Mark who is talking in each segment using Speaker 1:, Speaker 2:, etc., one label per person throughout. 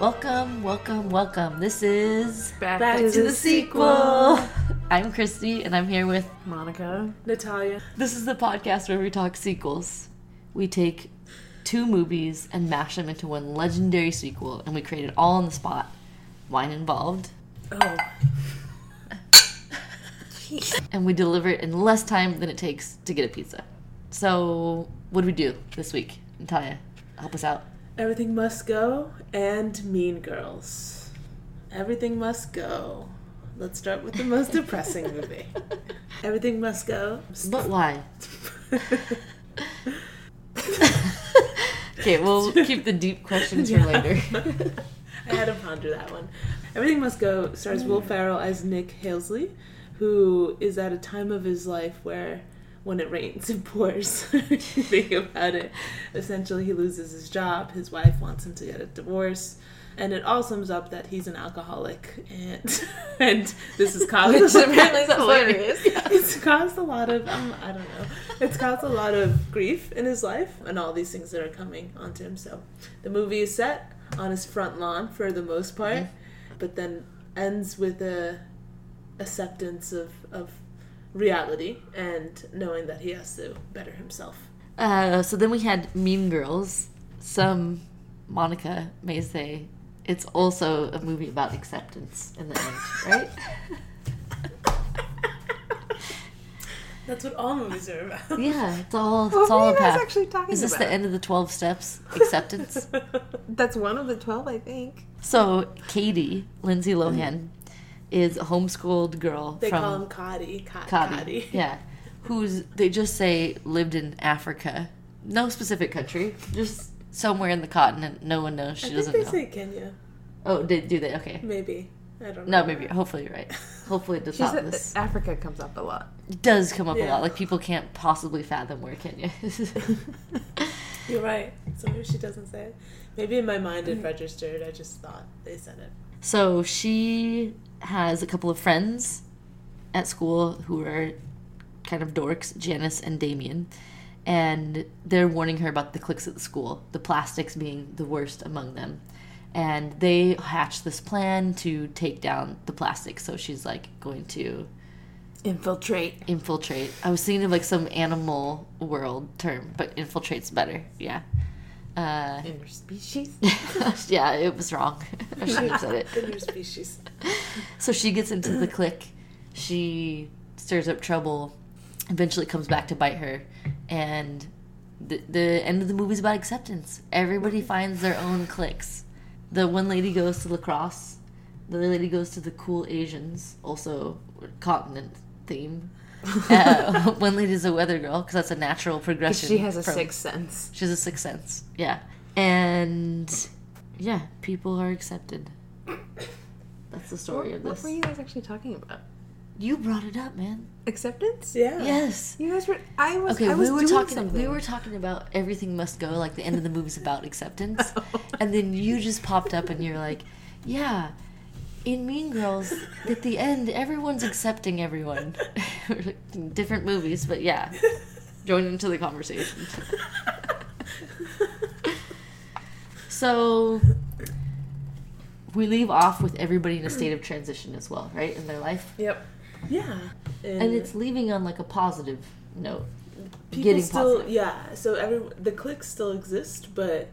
Speaker 1: Welcome, welcome, welcome. This is
Speaker 2: Back,
Speaker 1: I'm Christy, and I'm here with
Speaker 2: Monica.
Speaker 3: Natalia.
Speaker 1: this is the podcast where we talk sequels. We take two movies and mash them into one legendary sequel, and we create it all on the spot. Wine involved,
Speaker 3: Oh.
Speaker 1: and we deliver it in less time than it takes to get a pizza. So, what do we do this week, Natalia? Help us out.
Speaker 3: Everything Must Go and Mean Girls. Everything Must Go. Let's start with the most depressing movie. Everything Must Go.
Speaker 1: But why? Okay, we'll keep the deep questions for later.
Speaker 3: I had to ponder that one. Everything Must Go stars
Speaker 1: Mm.
Speaker 3: Will Farrell as Nick Halesley, who is at a time of his life where when it rains it pours. If you Think about it. Essentially, he loses his job. His wife wants him to get a divorce. And it all sums up that he's an alcoholic, and, and this is caused it's caused a lot of um, I don't know. It's caused a lot of grief in his life and all these things that are coming onto him. So the movie is set on his front lawn for the most part,
Speaker 1: Mm-hmm.
Speaker 3: but then ends with a acceptance of of reality and knowing that he has to better himself.
Speaker 1: Uh, so then we had Mean Girls. Some Monica may say it's also a movie about acceptance in the end, right?
Speaker 3: That's what all movies are about.
Speaker 1: yeah, it's all it's
Speaker 2: What
Speaker 1: all
Speaker 2: are
Speaker 1: a
Speaker 2: you guys
Speaker 1: path.
Speaker 2: actually talking
Speaker 1: Is this
Speaker 2: about?
Speaker 1: the end of the twelve steps? Acceptance.
Speaker 2: That's one of the twelve, I think.
Speaker 1: so Katie Lindsay Lohan is a homeschooled girl
Speaker 3: They
Speaker 1: from
Speaker 3: call him Cotty. Cot,
Speaker 1: Kabi.
Speaker 3: Cotty.
Speaker 1: Yeah. Who's they just say lived in Africa. No specific country. Just somewhere in the continent. No one knows. She
Speaker 3: I think
Speaker 1: doesn't
Speaker 3: they
Speaker 1: know.
Speaker 3: say Kenya.
Speaker 1: oh, did do they? Okay.
Speaker 3: Maybe. I don't know.
Speaker 1: No, maybe. Hopefully, you're right. Hopefully, it does
Speaker 2: She
Speaker 1: not.
Speaker 2: said
Speaker 1: This
Speaker 2: that Africa comes up a lot.
Speaker 1: does come up a
Speaker 3: Yeah.
Speaker 1: lot. Like people can't possibly fathom where Kenya is.
Speaker 3: You're right. So maybe she doesn't say it. Maybe in my mind
Speaker 1: Mm-hmm.
Speaker 3: it registered. I just thought they said it.
Speaker 1: so she has a couple of friends at school who are kind of dorks, Janice and Damien, and they're warning her about the cliques at the school, the plastics being the worst among them. And they hatch this plan to take down the plastics. So she's like going to
Speaker 2: Infiltrate.
Speaker 1: infiltrate. I was thinking of like some animal world term, but infiltrate's better. Yeah. Uh,
Speaker 2: Interspecies.
Speaker 1: yeah, it was wrong. I shouldn't have said it.
Speaker 3: Interspecies.
Speaker 1: So she gets into the clique. She stirs up trouble. Eventually, comes back to bite her, and the the end of the movie is about acceptance. Everybody finds their own cliques. The one lady goes to lacrosse. The other lady goes to the cool Asians, also continent theme. Uh, one lady's a weather girl because that's a natural progression.
Speaker 2: she has a
Speaker 1: from-
Speaker 2: sixth sense.
Speaker 1: She has a sixth sense. Yeah, and yeah, people are accepted. That's the story
Speaker 2: What,
Speaker 1: of this.
Speaker 2: were you guys actually talking about?
Speaker 1: You brought it up, man.
Speaker 2: Acceptance?
Speaker 3: Yeah.
Speaker 1: Yes.
Speaker 2: You guys were. Uh, I was.
Speaker 1: Okay,
Speaker 2: I was
Speaker 1: we were
Speaker 2: doing
Speaker 1: talking.
Speaker 2: something.
Speaker 1: We were talking about everything must go. Like the end of the movie's about acceptance, and then you just popped up and you're like, "Yeah, in Mean Girls, at the end, everyone's accepting everyone." We're like, Different movies, but yeah, join into the conversation. So we leave off with everybody in a state of transition as well, right? In their life,
Speaker 3: Yep. Yeah. And,
Speaker 1: and it's leaving on like a positive note.
Speaker 3: people
Speaker 1: getting
Speaker 3: still
Speaker 1: positive.
Speaker 3: yeah. So every the cliques still exist, but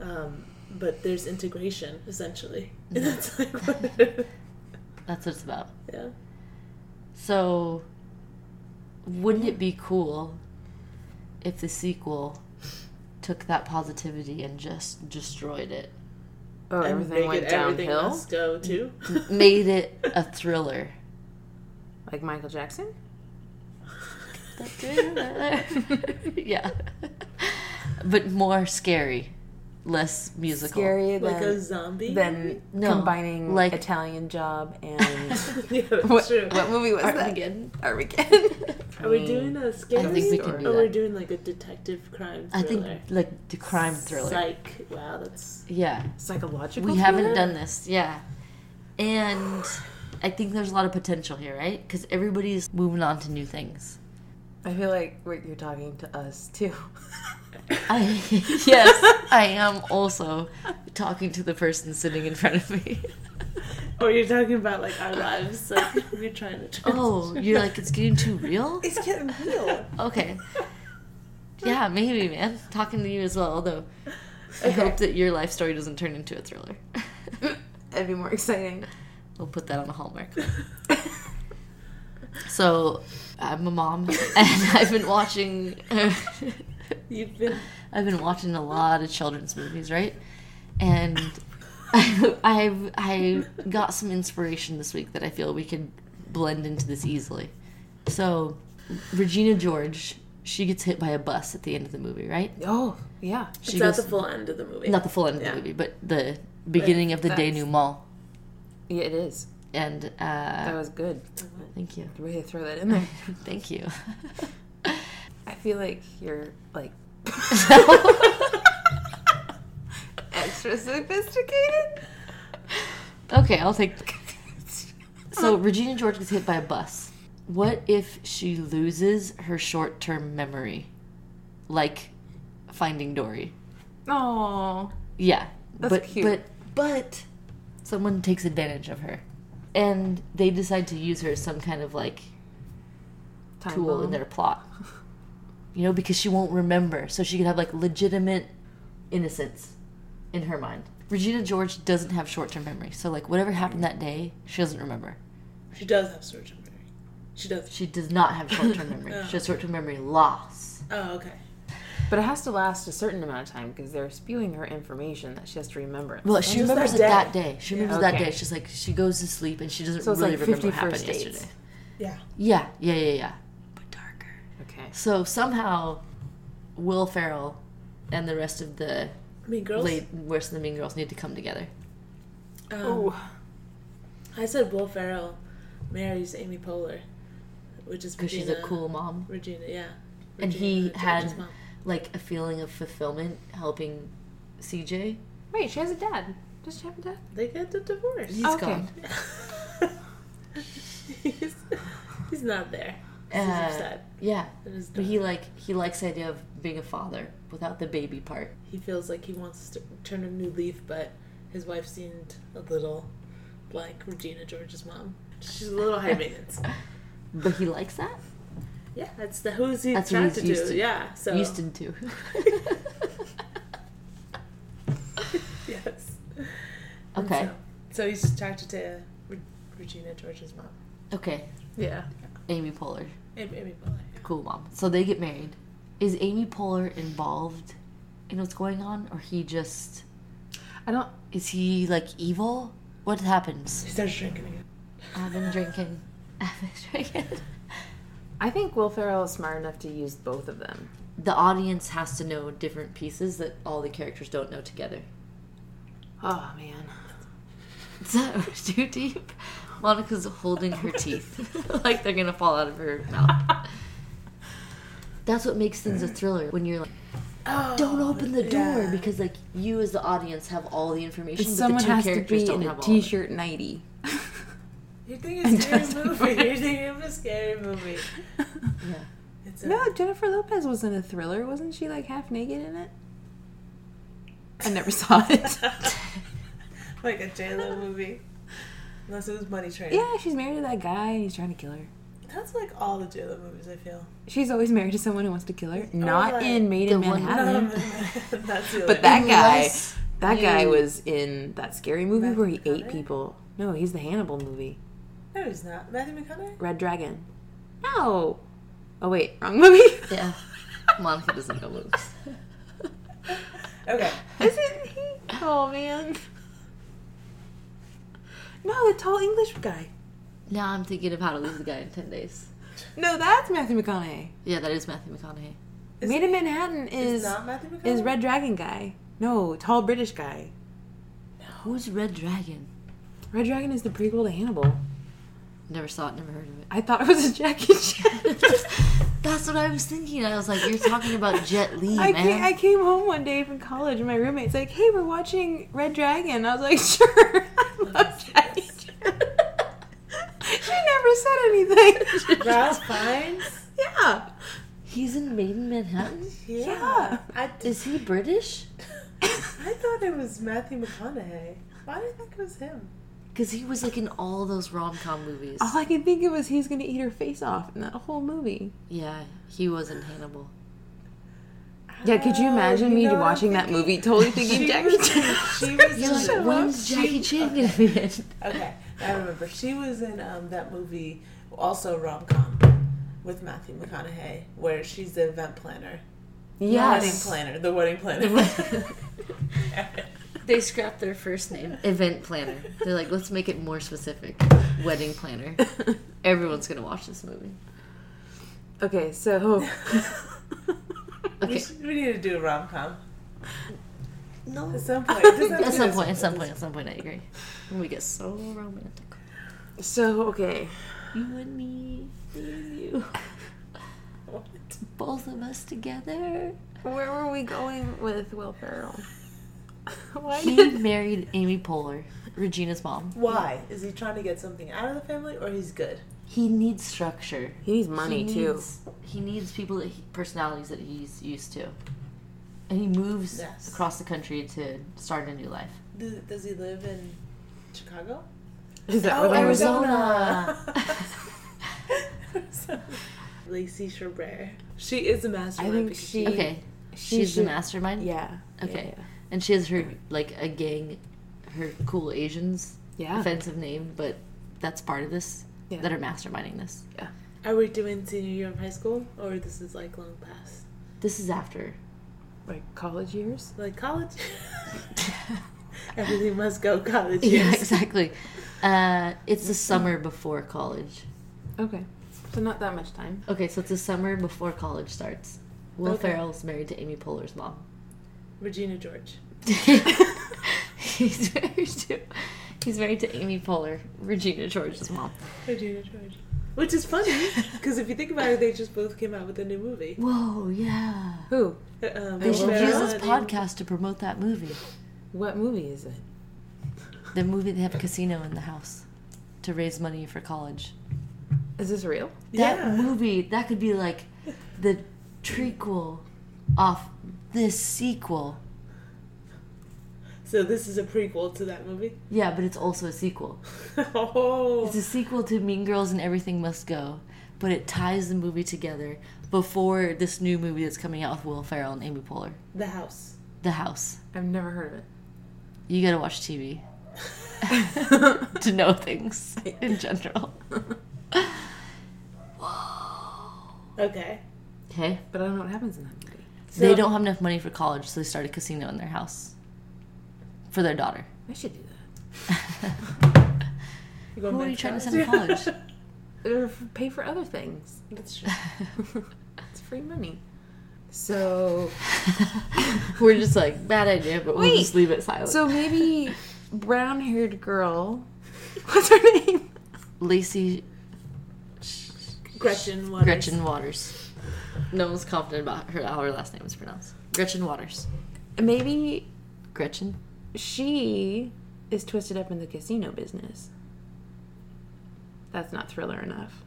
Speaker 3: um, but there's integration essentially,
Speaker 1: Mm-hmm.
Speaker 3: and that's like what it is.
Speaker 1: That's what it's about.
Speaker 3: yeah.
Speaker 1: So, wouldn't it be cool if the sequel took that positivity and just destroyed it,
Speaker 2: Oh,
Speaker 3: And make
Speaker 2: everything
Speaker 3: it
Speaker 2: went
Speaker 3: everything
Speaker 2: downhill.
Speaker 3: must go too.
Speaker 1: Mm-hmm. made it a thriller?
Speaker 2: Like Michael Jackson.
Speaker 1: The thriller. yeah, but more scary, less musical.
Speaker 2: Scarier
Speaker 3: like
Speaker 2: than
Speaker 3: a zombie.
Speaker 2: than
Speaker 1: No,
Speaker 2: combining
Speaker 1: like-
Speaker 2: Italian Job and
Speaker 3: yeah, that's
Speaker 2: what,
Speaker 3: true.
Speaker 2: what movie was that?
Speaker 1: Again,
Speaker 2: Armageddon.
Speaker 3: Are we doing a scary?
Speaker 1: I think we can
Speaker 2: Story.
Speaker 1: do
Speaker 3: Or we're
Speaker 1: that.
Speaker 3: doing like a detective crime
Speaker 1: I
Speaker 3: thriller.
Speaker 1: think like the crime thriller.
Speaker 3: Psych. Wow, that's
Speaker 1: Yeah.
Speaker 2: psychological?
Speaker 1: we haven't done this yeah and i think there's a lot of potential here right because everybody's moving on to new things
Speaker 4: I feel like we're, you're talking to us too.
Speaker 1: I, yes, I am also talking to the person sitting in front of me.
Speaker 3: Or Oh, you're talking about like our lives, like we're trying to. Trans-
Speaker 1: Oh, you're like, it's getting too real?
Speaker 4: It's getting real.
Speaker 1: Okay. Yeah, maybe, man. Talking to you as well, although I
Speaker 4: Okay.
Speaker 1: hope that your life story doesn't turn into a thriller.
Speaker 4: That'd be more exciting.
Speaker 1: we'll put that on a hallmark. So, I'm a mom, and I've been watching.
Speaker 3: You've been.
Speaker 1: I've been watching a lot of children's movies, right? And I, I've I got some inspiration this week that I feel we could blend into this easily. So Regina George, she gets hit by a bus at the end of the movie, right?
Speaker 4: oh yeah.
Speaker 1: She
Speaker 3: It's not the full end of the movie.
Speaker 1: not the full end of
Speaker 3: Yeah.
Speaker 1: the movie, but the beginning of the
Speaker 4: That's-
Speaker 1: denouement.
Speaker 4: Yeah, it is.
Speaker 1: And
Speaker 4: That
Speaker 1: uh,
Speaker 4: was good.
Speaker 1: thank you,
Speaker 4: Way to throw that in there.
Speaker 1: thank you.
Speaker 4: I feel like you're like extra sophisticated.
Speaker 1: okay, I'll take. So Regina George gets hit by a bus. What if she loses her short-term memory, like Finding Dory?
Speaker 4: Oh,
Speaker 1: Yeah,
Speaker 4: That's
Speaker 1: but
Speaker 4: cute.
Speaker 1: but but someone takes advantage of her, and they decide to use her as some kind of like
Speaker 4: time
Speaker 1: tool in
Speaker 4: bomb.
Speaker 1: their plot. You know, because she won't remember, so she could have like legitimate innocence in her mind. Regina George doesn't have short-term memory, so like whatever happened that day, she doesn't remember.
Speaker 3: She does have surgery. She does.
Speaker 1: She does not have short-term memory. She has short-term memory loss.
Speaker 3: Oh, okay.
Speaker 4: But it has to last a certain amount of time because they're spewing her information that she has to remember.
Speaker 1: Well, she
Speaker 3: just
Speaker 1: remembers
Speaker 3: that
Speaker 1: it that day. She remembers that
Speaker 4: Okay.
Speaker 1: day. She's like she goes to sleep and she doesn't
Speaker 4: So it's
Speaker 1: really
Speaker 4: like
Speaker 1: remember
Speaker 4: 50
Speaker 1: what happened
Speaker 4: first dates.
Speaker 1: yesterday.
Speaker 3: Yeah.
Speaker 1: Yeah, yeah, yeah, yeah. But darker.
Speaker 4: Okay.
Speaker 1: So somehow, Will Ferrell and the rest of the
Speaker 3: Mean Girls.
Speaker 1: late worst of the Mean Girls need to come together.
Speaker 3: Um,
Speaker 4: Oh.
Speaker 3: I said Will Ferrell marries Amy Poehler, which is
Speaker 1: because she's a
Speaker 3: Regina-
Speaker 1: cool mom.
Speaker 3: Regina, yeah.
Speaker 1: And
Speaker 3: Regina
Speaker 1: he
Speaker 3: George's
Speaker 1: had
Speaker 3: mom.
Speaker 1: like a feeling of fulfillment helping CJ.
Speaker 4: Wait, she has a dad. Does she have a dad?
Speaker 3: They got the divorce.
Speaker 1: He's
Speaker 4: Okay.
Speaker 1: gone.
Speaker 3: he's, he's not there. He's
Speaker 1: Uh,
Speaker 3: upset.
Speaker 1: Yeah,
Speaker 3: It is
Speaker 1: but
Speaker 3: done.
Speaker 1: he like he likes the idea of being a father without the baby part.
Speaker 3: He feels like he wants to turn a new leaf, but his wife seemed a little like Regina George's mom. She's a little high maintenance.
Speaker 1: But he likes that.
Speaker 3: Yeah, that's the who's he
Speaker 1: That's what
Speaker 3: attracted
Speaker 1: he's used
Speaker 3: to.
Speaker 1: to.
Speaker 3: Yeah, so
Speaker 1: Used to do.
Speaker 3: yes. And
Speaker 1: okay.
Speaker 3: So, so he's attracted to Re- Regina George's mom,
Speaker 1: Okay.
Speaker 4: Yeah.
Speaker 1: Amy Poehler,
Speaker 3: Amy, Amy Poehler.
Speaker 1: cool mom. So they get married. Is Amy Poehler involved in what's going on, or he just
Speaker 4: I don't.
Speaker 1: is he like evil? What happens?
Speaker 3: He starts drinking again.
Speaker 1: I've been drinking. I've been drinking.
Speaker 4: I think Will Ferrell is smart enough to use both of them.
Speaker 1: the audience has to know different pieces that all the characters don't know together.
Speaker 4: Oh man.
Speaker 1: Is that too deep? Monica's holding her teeth like they're gonna fall out of her mouth. That's what makes things a thriller when you're like,
Speaker 3: Oh,
Speaker 1: don't open the door
Speaker 3: yeah.
Speaker 1: because like you as the audience have all the information, but,
Speaker 4: Someone
Speaker 1: the two
Speaker 4: has to
Speaker 1: characters
Speaker 4: be
Speaker 1: don't
Speaker 4: in a
Speaker 1: have all. Of it.
Speaker 4: t-shirt nighty.
Speaker 3: You're thinking scary
Speaker 4: doesn't
Speaker 3: movie.
Speaker 4: work.
Speaker 3: You're thinking of a scary movie.
Speaker 1: Yeah.
Speaker 3: It's a,
Speaker 4: no, Jennifer Lopez was in a thriller. Wasn't she like half naked in it? I never saw it.
Speaker 3: like a J Lo movie. Unless it was Money Train.
Speaker 4: yeah, she's married to that guy and he's trying to kill her.
Speaker 3: That's like all the J Lo movies. I feel.
Speaker 4: She's always married to someone who wants to kill her. Not
Speaker 3: like
Speaker 4: in Made in
Speaker 1: Oh, the one-
Speaker 4: Manhattan.
Speaker 3: Um, That's the
Speaker 4: But
Speaker 3: other-
Speaker 4: that guy,
Speaker 1: Unless
Speaker 4: that guy
Speaker 1: you-
Speaker 4: was in that scary movie where he
Speaker 3: Matthew
Speaker 4: ate
Speaker 3: McConaughey?
Speaker 4: people. No, he's the Hannibal movie,
Speaker 3: No, he's not. Matthew McConaughey.
Speaker 4: Red Dragon. No. Oh wait, wrong movie.
Speaker 1: Yeah. Monica doesn't know moves.
Speaker 3: Okay.
Speaker 4: Isn't he? Oh man. No, the tall English guy.
Speaker 1: Now I'm thinking of how to lose a guy in ten days.
Speaker 4: No, that's Matthew McConaughey.
Speaker 1: Yeah, that is Matthew McConaughey.
Speaker 3: Is-
Speaker 4: Made in Manhattan is
Speaker 3: It's not Matthew McConaughey.
Speaker 4: is Red Dragon guy. No, tall British guy.
Speaker 1: Who's Red Dragon?
Speaker 4: Red Dragon is the prequel to Hannibal.
Speaker 1: Never saw it. Never heard of it.
Speaker 4: I thought it was a Jackie Chan.
Speaker 1: That's what I was thinking. I was like, you're talking about Jet Li,
Speaker 4: I
Speaker 1: man.
Speaker 4: came, I came home one day from college and my roommate's like, "Hey, we're watching Red Dragon." I was like, "Sure." I love Jackie Chan. she never said anything.
Speaker 3: Ralph Fiennes.
Speaker 4: yeah.
Speaker 1: He's in Maiden Manhattan.
Speaker 3: Yeah.
Speaker 4: Yeah.
Speaker 3: I,
Speaker 1: Is he British?
Speaker 3: I thought it was Matthew McConaughey. Why did I think it was him?
Speaker 1: Because he was like in all those rom com movies.
Speaker 4: All I could think of was he's gonna eat her face off in that whole movie.
Speaker 1: Yeah, he was in Hannibal.
Speaker 4: Yeah, could you
Speaker 3: Oh,
Speaker 4: imagine
Speaker 3: you
Speaker 4: me
Speaker 3: know what I'm
Speaker 4: watching that
Speaker 3: thinking?
Speaker 4: movie, totally thinking
Speaker 3: She
Speaker 4: Jackie
Speaker 3: was-
Speaker 4: Chan?
Speaker 3: she was
Speaker 1: You're
Speaker 3: in
Speaker 1: like,
Speaker 3: the-
Speaker 1: when's
Speaker 3: she-
Speaker 1: Jackie Chan gonna be in?
Speaker 3: Okay, I remember. She was in um, that movie, also rom com, with Matthew McConaughey, where she's the event planner.
Speaker 4: Yes.
Speaker 3: Wedding planner. The wedding planner.
Speaker 1: They scrapped their first name. Event planner. They're like, let's make it more specific. Wedding planner. Everyone's gonna watch this movie.
Speaker 4: okay, so
Speaker 3: we,
Speaker 1: Okay.
Speaker 3: should, we need to do a rom com
Speaker 1: No.
Speaker 3: at some point. It doesn't have to
Speaker 1: At
Speaker 3: be
Speaker 1: some
Speaker 3: this
Speaker 1: point, at some
Speaker 3: this-
Speaker 1: point, at some point, I agree. When we get so romantic.
Speaker 4: so okay.
Speaker 1: You and me, me and you,
Speaker 3: What?
Speaker 1: both of us together.
Speaker 4: Where were we going with Will Ferrell? Why
Speaker 1: He
Speaker 4: did-
Speaker 1: married Amy Poehler, Regina's mom.
Speaker 3: Why is he trying to get something out of the family, or he's good?
Speaker 1: He needs structure.
Speaker 4: he needs money
Speaker 1: he
Speaker 4: too.
Speaker 1: Needs, he needs people that he, personalities that he's used to, and he moves
Speaker 3: Yes.
Speaker 1: across the country to start a new life.
Speaker 3: Does, does he live in Chicago?
Speaker 4: Is that
Speaker 3: Oh,
Speaker 4: what it was?
Speaker 1: Arizona.
Speaker 3: Arizona. Lacey Chabert. She is a master.
Speaker 4: I think she-
Speaker 1: Okay,
Speaker 4: She
Speaker 1: she's the
Speaker 4: should-
Speaker 1: mastermind.
Speaker 4: Yeah.
Speaker 1: Okay. and she has her like a gang, her cool Asians.
Speaker 4: Yeah.
Speaker 1: Offensive name, but that's part of this.
Speaker 4: Yeah.
Speaker 1: That are masterminding this.
Speaker 3: Are we doing senior year of high school, or this is like long past,
Speaker 1: This is after.
Speaker 4: Like college years.
Speaker 3: like college? Everything must go college
Speaker 1: Yeah,
Speaker 3: years.
Speaker 1: exactly. Uh, it's the summer before college.
Speaker 4: Okay. So not that much time.
Speaker 1: Okay, so it's the summer before college starts. Will
Speaker 3: Okay.
Speaker 1: Ferrell's married to Amy Poehler's mom.
Speaker 3: Regina George.
Speaker 1: he's married to he's married to Amy Poehler, Regina George's mom.
Speaker 3: Regina George. Which is funny because if you think about it, they just both came out with a new movie.
Speaker 1: Whoa, yeah.
Speaker 4: Who?
Speaker 3: Um,
Speaker 1: They should
Speaker 4: Will
Speaker 1: use
Speaker 4: Ferrell
Speaker 1: this podcast to promote that movie.
Speaker 4: What movie is it?
Speaker 1: The movie they have a casino in the house to raise money for college.
Speaker 4: Is this real?
Speaker 1: That
Speaker 3: Yeah.
Speaker 1: movie that could be like the trequel off this sequel.
Speaker 3: So this is a prequel to that movie.
Speaker 1: Yeah, but it's also a sequel.
Speaker 3: oh,
Speaker 1: It's a sequel to Mean Girls and Everything Must Go, but it ties the movie together before this new movie that's coming out with Will Ferrell and Amy Poehler,
Speaker 3: the house.
Speaker 1: The House.
Speaker 4: I've never heard of it.
Speaker 1: You gotta watch TV to know things in general.
Speaker 3: Okay.
Speaker 1: Okay?
Speaker 4: But I don't know what happens in that movie.
Speaker 1: they
Speaker 3: So-
Speaker 1: don't have enough money for college, so they start a casino in their house for their daughter.
Speaker 4: I should do that.
Speaker 3: You're going
Speaker 1: Who are
Speaker 3: back
Speaker 1: you trying to send
Speaker 3: college?
Speaker 1: to college?
Speaker 4: Or f- pay for other things.
Speaker 3: That's true.
Speaker 4: It's free money. So
Speaker 1: We're just like, bad idea, but we'll
Speaker 4: Wait,
Speaker 1: just leave it silent.
Speaker 4: so maybe brown haired girl. What's her name?
Speaker 1: Lacey
Speaker 3: Gretchen. Waters.
Speaker 1: Gretchen Waters. No one's confident about her, how her last name is pronounced. Gretchen Waters.
Speaker 4: Maybe
Speaker 1: Gretchen?
Speaker 4: she is twisted up in the casino business. That's not thriller enough.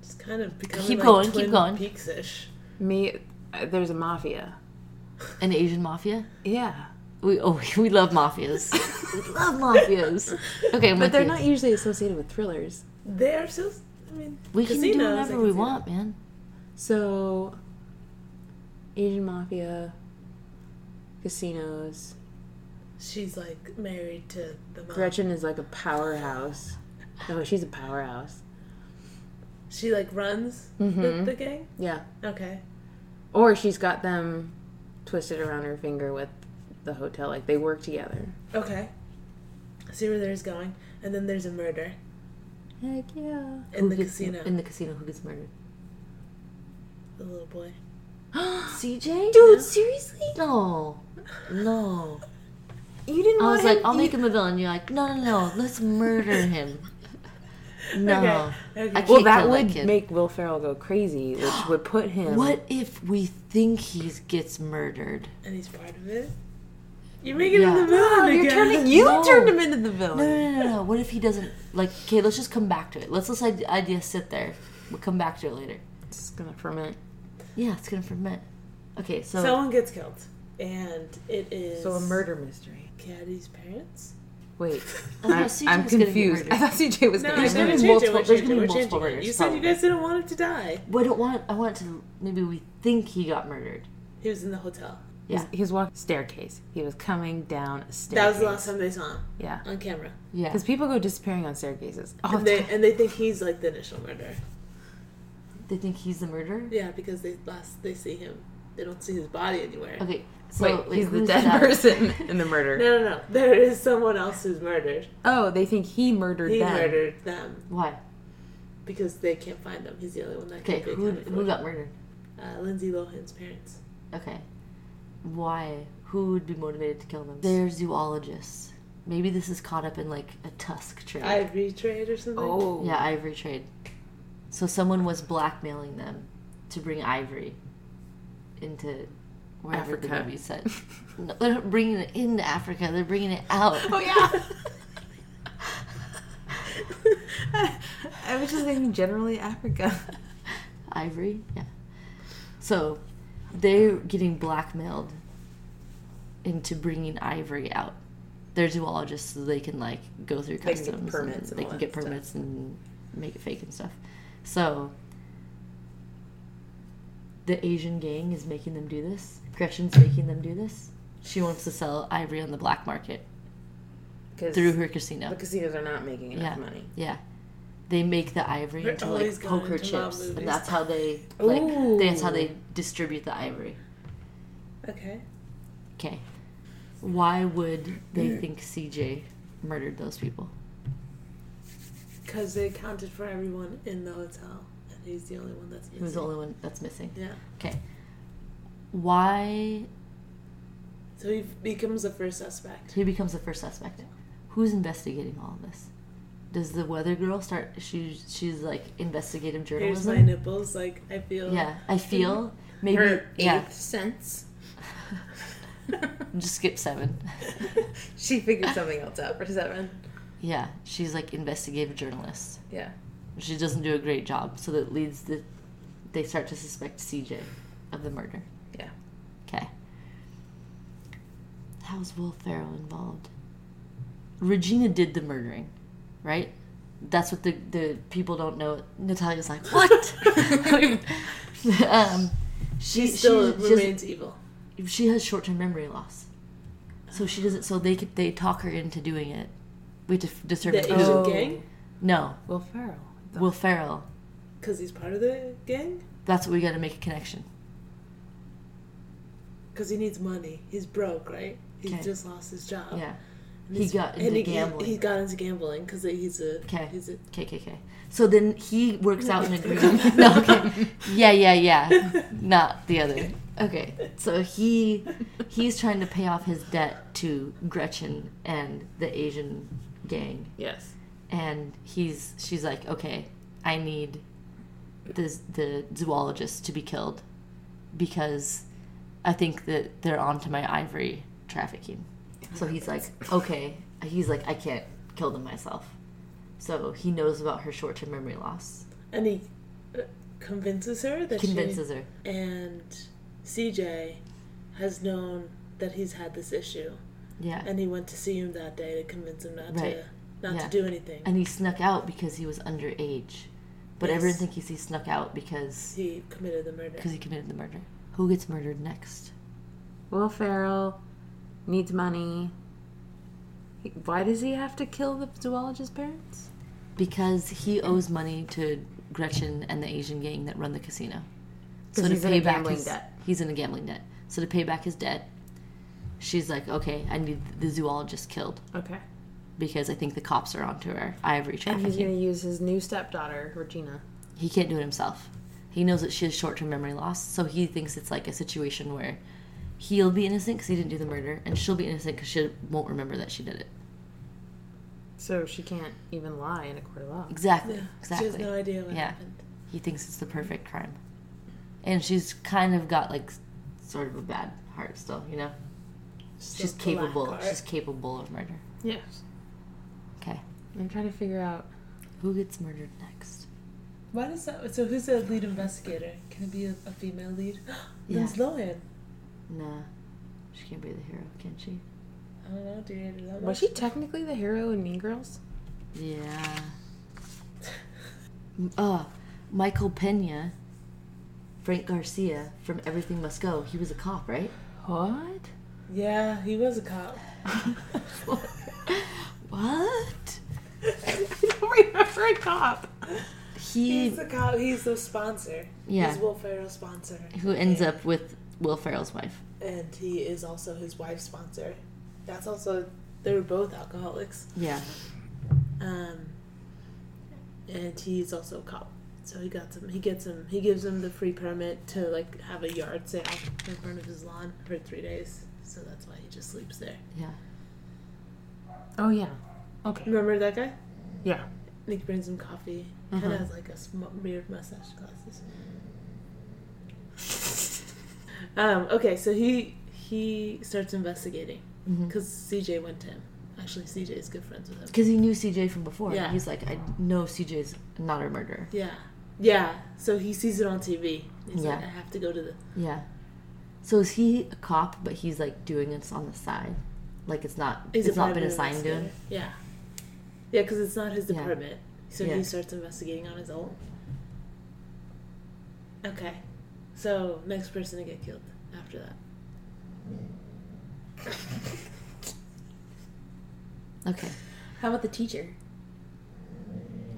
Speaker 3: It's kind of becoming
Speaker 1: Keep
Speaker 3: like
Speaker 1: going, keep
Speaker 3: Twin
Speaker 1: going.
Speaker 3: Peaks ish.
Speaker 4: Me, uh, there's a mafia.
Speaker 1: An Asian mafia?
Speaker 4: Yeah,
Speaker 1: We oh we love mafias. we love mafias. Okay, I'm
Speaker 4: but
Speaker 1: with
Speaker 4: they're
Speaker 1: you.
Speaker 4: not usually associated with thrillers.
Speaker 3: They are so. I mean,
Speaker 1: we can do
Speaker 3: casinos, I
Speaker 1: whatever
Speaker 3: can
Speaker 1: we
Speaker 3: see
Speaker 1: want, man.
Speaker 4: So, Asian mafia, casinos.
Speaker 3: She's like married to the mom.
Speaker 4: Gretchen is like a powerhouse. Oh, she's a powerhouse.
Speaker 3: She like runs
Speaker 1: Mm-hmm.
Speaker 3: the, the gang.
Speaker 4: Yeah,
Speaker 3: Okay.
Speaker 4: or she's got them twisted around her finger with the hotel. Like they work together.
Speaker 3: Okay. See where there's going, and then there's a murder
Speaker 4: Heck yeah.
Speaker 1: Who
Speaker 3: in the
Speaker 1: gets-
Speaker 3: casino.
Speaker 1: In the casino, who gets murdered?
Speaker 3: the little boy.
Speaker 1: CJ?
Speaker 4: Dude, seriously?
Speaker 1: No. No.
Speaker 4: You didn't
Speaker 1: I
Speaker 4: want
Speaker 1: was like,
Speaker 4: him-
Speaker 1: I'll
Speaker 4: you-
Speaker 1: make him a villain. You're like, no, no, no. Let's murder him. No.
Speaker 3: Okay.
Speaker 1: Oh. I
Speaker 3: Okay.
Speaker 1: can't
Speaker 4: Well, that
Speaker 1: kill
Speaker 4: would
Speaker 1: that kid.
Speaker 4: make Will Ferrell go crazy, which would put him.
Speaker 1: What if we think he gets murdered?
Speaker 3: And he's part of it. You're making
Speaker 1: Yeah.
Speaker 3: him the villain
Speaker 4: Oh,
Speaker 3: again.
Speaker 4: you're turning. You
Speaker 1: No.
Speaker 4: turned him into the
Speaker 1: No,
Speaker 4: villain.
Speaker 1: no, no, no, no. What if he doesn't? Like, okay, let's just come back to it. Let's let this ide- idea sit there. We'll come back to it later.
Speaker 2: It's gonna ferment.
Speaker 1: Yeah, it's gonna ferment. Okay, so
Speaker 3: Someone gets killed, and it is
Speaker 4: So a murder mystery.
Speaker 3: Caddy's parents.
Speaker 4: Wait,
Speaker 1: I thought
Speaker 4: I'm,
Speaker 1: CJ
Speaker 4: I'm
Speaker 1: was gonna get
Speaker 4: confused.
Speaker 1: murdered.
Speaker 4: I thought CJ was
Speaker 3: No,
Speaker 4: going to
Speaker 3: I
Speaker 1: gonna
Speaker 4: get
Speaker 3: gonna
Speaker 4: murdered.
Speaker 1: be
Speaker 3: change it.
Speaker 1: multiple-
Speaker 3: We're
Speaker 1: there's gonna
Speaker 3: changing
Speaker 1: be
Speaker 3: it. We're
Speaker 1: multiple
Speaker 3: changing it. You
Speaker 1: murders,
Speaker 3: said you
Speaker 1: probably.
Speaker 3: guys didn't want it to die.
Speaker 1: what I don't want I want to maybe we think he got murdered.
Speaker 3: He was in the hotel.
Speaker 1: Yeah.
Speaker 4: He was walking staircase. He was coming down a staircase.
Speaker 3: That was the last time they saw him
Speaker 4: Yeah,
Speaker 3: on camera.
Speaker 1: Yeah.
Speaker 4: because people go disappearing on staircases. Oh,
Speaker 3: And they and they think he's like the initial murderer.
Speaker 1: They think he's the murderer?
Speaker 3: Yeah, because they last they see him, they don't see his body anywhere.
Speaker 1: Okay. So
Speaker 4: wait,
Speaker 1: like,
Speaker 4: he's the
Speaker 1: who's
Speaker 4: dead
Speaker 1: that?
Speaker 4: person in the murder.
Speaker 3: No, no, no. There is someone else who's murdered.
Speaker 4: Oh, they think he murdered
Speaker 3: He
Speaker 4: them.
Speaker 3: murdered them
Speaker 1: Why?
Speaker 3: because they can't find them. He's the only one that
Speaker 1: Okay,
Speaker 3: can't be
Speaker 1: who,
Speaker 3: accounted
Speaker 1: who
Speaker 3: for.
Speaker 1: got murdered?
Speaker 3: Uh, Lindsay Lohan's parents.
Speaker 1: Okay. Why? Who would be motivated to kill them? They're zoologists. Maybe this is caught up in like a tusk trade.
Speaker 3: Ivory trade or something.
Speaker 4: Oh,
Speaker 1: Yeah, ivory trade. So someone was blackmailing them to bring ivory into wherever the
Speaker 4: Africa.
Speaker 1: movie set. No, they're not bringing it into Africa. They're bringing it out.
Speaker 4: Oh yeah.
Speaker 3: I
Speaker 4: I was just thinking generally Africa.
Speaker 1: Ivory, yeah. So they're getting blackmailed into bringing ivory out. They're zoologists, so they can like go through
Speaker 4: They can get
Speaker 1: customs.
Speaker 4: permits and
Speaker 1: they
Speaker 4: all
Speaker 1: can
Speaker 4: that
Speaker 1: get
Speaker 4: stuff.
Speaker 1: permits and make it fake and stuff. So the Asian gang is making them do this. Gretchen's making them do this. She wants to sell ivory on the black market
Speaker 4: Because
Speaker 1: through her casino.
Speaker 4: the casinos are not making enough
Speaker 1: Yeah.
Speaker 4: money.
Speaker 1: Yeah. They make the ivory
Speaker 3: They're
Speaker 1: into
Speaker 3: always
Speaker 1: like
Speaker 3: going
Speaker 1: poker
Speaker 3: into love
Speaker 1: chips, and
Speaker 3: movies.
Speaker 1: that's how they like.
Speaker 4: Ooh.
Speaker 1: That's how they distribute the ivory.
Speaker 3: Okay.
Speaker 1: Okay, why would they think CJ murdered those people?
Speaker 3: Because they counted for everyone in the hotel, and he's the only one that's
Speaker 1: He was the
Speaker 3: missing.
Speaker 1: only one that's missing.
Speaker 3: Yeah.
Speaker 1: Why
Speaker 3: So he becomes the first suspect.
Speaker 1: he becomes the first suspect? Who's investigating all of this? Does the weather girl start? She she's like investigative
Speaker 3: Here's my
Speaker 1: journalism.
Speaker 3: nipples. Like I feel.
Speaker 1: Yeah, I feel maybe
Speaker 4: her eighth
Speaker 1: yeah.
Speaker 4: sense.
Speaker 1: Just skip seven.
Speaker 4: she figured something else out for seven.
Speaker 1: Yeah, she's like investigative journalist.
Speaker 4: Yeah.
Speaker 1: she doesn't do a great job, so that leads the they start to suspect CJ of the murder.
Speaker 4: Yeah.
Speaker 1: Okay. How's Will Farrell involved? Regina did the murdering, right? That's what the the people don't know. Natalia's like, what? um, she
Speaker 3: She
Speaker 1: she, she
Speaker 3: still
Speaker 1: doesn't-
Speaker 3: remains evil.
Speaker 1: she has short term memory loss, so she doesn't. So they could, they talk her into doing it. We have to f-
Speaker 3: The
Speaker 1: determine.
Speaker 3: Asian
Speaker 1: who-
Speaker 4: Oh.
Speaker 3: gang,
Speaker 1: No,
Speaker 4: Will Ferrell.
Speaker 1: Will Farrell.
Speaker 3: because he's part of the gang.
Speaker 1: That's what we got to make a connection.
Speaker 3: Because he needs money. He's broke, right? He
Speaker 1: Okay.
Speaker 3: just lost his job.
Speaker 1: Yeah.
Speaker 3: And
Speaker 1: He
Speaker 3: he's-
Speaker 1: got
Speaker 3: and
Speaker 1: into
Speaker 3: he- he-
Speaker 1: gambling.
Speaker 3: He, got into gambling because he's a.
Speaker 1: 'Kay.
Speaker 3: He's a.
Speaker 1: KKK. So then he works out an agreement. no, okay. Yeah, yeah, yeah. Not the other. Okay. So he he's trying to pay off his debt to Gretchen and the Asian gang.
Speaker 4: Yes.
Speaker 1: And he's she's like, "Okay, I need the the zoologist to be killed because I think that they're onto my ivory trafficking." So he's like, okay. He's like, I can't kill them myself. So he knows about her short term memory loss.
Speaker 3: And he uh, convinces her that
Speaker 1: Convinces her.
Speaker 3: she. And CJ has known that he's had this issue,
Speaker 1: Yeah.
Speaker 3: and he went to see him that day to convince him not
Speaker 1: Right.
Speaker 3: to not
Speaker 1: Yeah.
Speaker 3: to do anything.
Speaker 1: And he snuck out because he was underage. But
Speaker 3: Yes.
Speaker 1: everyone thinks he snuck out because
Speaker 3: He committed the murder.
Speaker 1: because he committed the murder. Who gets murdered next?
Speaker 4: Will Ferrell needs money. He- Why does he have to kill the zoologist's parents?
Speaker 1: Because he owes money to Gretchen and the Asian gang that run the casino. So
Speaker 4: 'Cause
Speaker 1: to
Speaker 4: he's in
Speaker 1: pay
Speaker 4: a
Speaker 1: back
Speaker 4: gambling
Speaker 1: his,
Speaker 4: debt.
Speaker 1: he's in a gambling debt. So to pay back his debt, she's like, okay, I need the zoologist killed.
Speaker 4: Okay.
Speaker 1: because I think the cops are onto her ivory
Speaker 4: And he's
Speaker 1: trafficking.
Speaker 4: going to use his new stepdaughter, Regina.
Speaker 1: He can't do it himself. He knows that she has short term memory loss, so he thinks it's like a situation where he'll be innocent because he didn't do the murder, and she'll be innocent because she won't remember that she did it.
Speaker 4: So she can't even lie in a court of law.
Speaker 1: Exactly.
Speaker 3: Yeah.
Speaker 1: Exactly.
Speaker 3: She has no idea what
Speaker 1: Yeah.
Speaker 3: happened.
Speaker 1: He thinks it's the perfect crime. And she's kind of got like sort of a bad heart still, you know?
Speaker 3: Just
Speaker 1: She's
Speaker 3: the black
Speaker 1: capable.
Speaker 3: part.
Speaker 1: She's capable of murder.
Speaker 4: Yes.
Speaker 1: Okay.
Speaker 4: I'm trying to figure out.
Speaker 1: Who gets murdered next?
Speaker 3: Why does that? So who's the lead investigator? Can it be a, a female lead?
Speaker 1: Yeah.
Speaker 3: Lindsay Lohan.
Speaker 1: Nah, she can't be the hero, can she?
Speaker 3: I don't know. Do you hate her that
Speaker 4: Was
Speaker 3: much?
Speaker 4: she technically the hero in Mean Girls?
Speaker 1: Yeah. M- Uh, Michael Pena, Frank Garcia from Everything Must Go. He was a cop, right?
Speaker 4: What?
Speaker 3: Yeah, he was a cop.
Speaker 1: what?
Speaker 4: I don't remember a cop.
Speaker 1: He
Speaker 3: He's the cop. He's the sponsor.
Speaker 1: yeah.
Speaker 3: He's Will Ferrell's sponsor.
Speaker 1: Who ends up with Will Ferrell's wife?
Speaker 3: And he is also his wife's sponsor. That's also. They were both alcoholics.
Speaker 1: Yeah.
Speaker 3: Um. And he's also a cop. So he got some. He gets him. He gives him the free permit to like have a yard sale in front of his lawn for three days. So that's why he just sleeps there.
Speaker 1: Yeah.
Speaker 4: Oh yeah. Okay.
Speaker 3: Remember that guy?
Speaker 4: Yeah.
Speaker 3: And he brings him coffee.
Speaker 1: Uh-huh.
Speaker 3: Kind of has like a sm- weird mustache glasses. um, okay, so he he starts investigating
Speaker 1: Mhm.
Speaker 3: because CJ went to him. Actually, CJ is good friends with him.
Speaker 1: Because he knew CJ from before.
Speaker 3: Yeah.
Speaker 1: He's like, I know CJ's not a murderer.
Speaker 3: Yeah, yeah. So he sees it on TV. He's like,
Speaker 1: Yeah.
Speaker 3: I have to go to the.
Speaker 1: Yeah. So is he a cop, but he's like doing this on the side? Like it's not,
Speaker 3: He's
Speaker 1: it's
Speaker 3: a
Speaker 1: not been
Speaker 3: private
Speaker 1: assigned to him?
Speaker 3: investigator. Yeah, yeah, because it's not his
Speaker 1: Yeah.
Speaker 3: department. So
Speaker 1: Yeah.
Speaker 3: he starts investigating on his own. Okay, so next person to get killed after that.
Speaker 1: Okay.
Speaker 2: How about the teacher?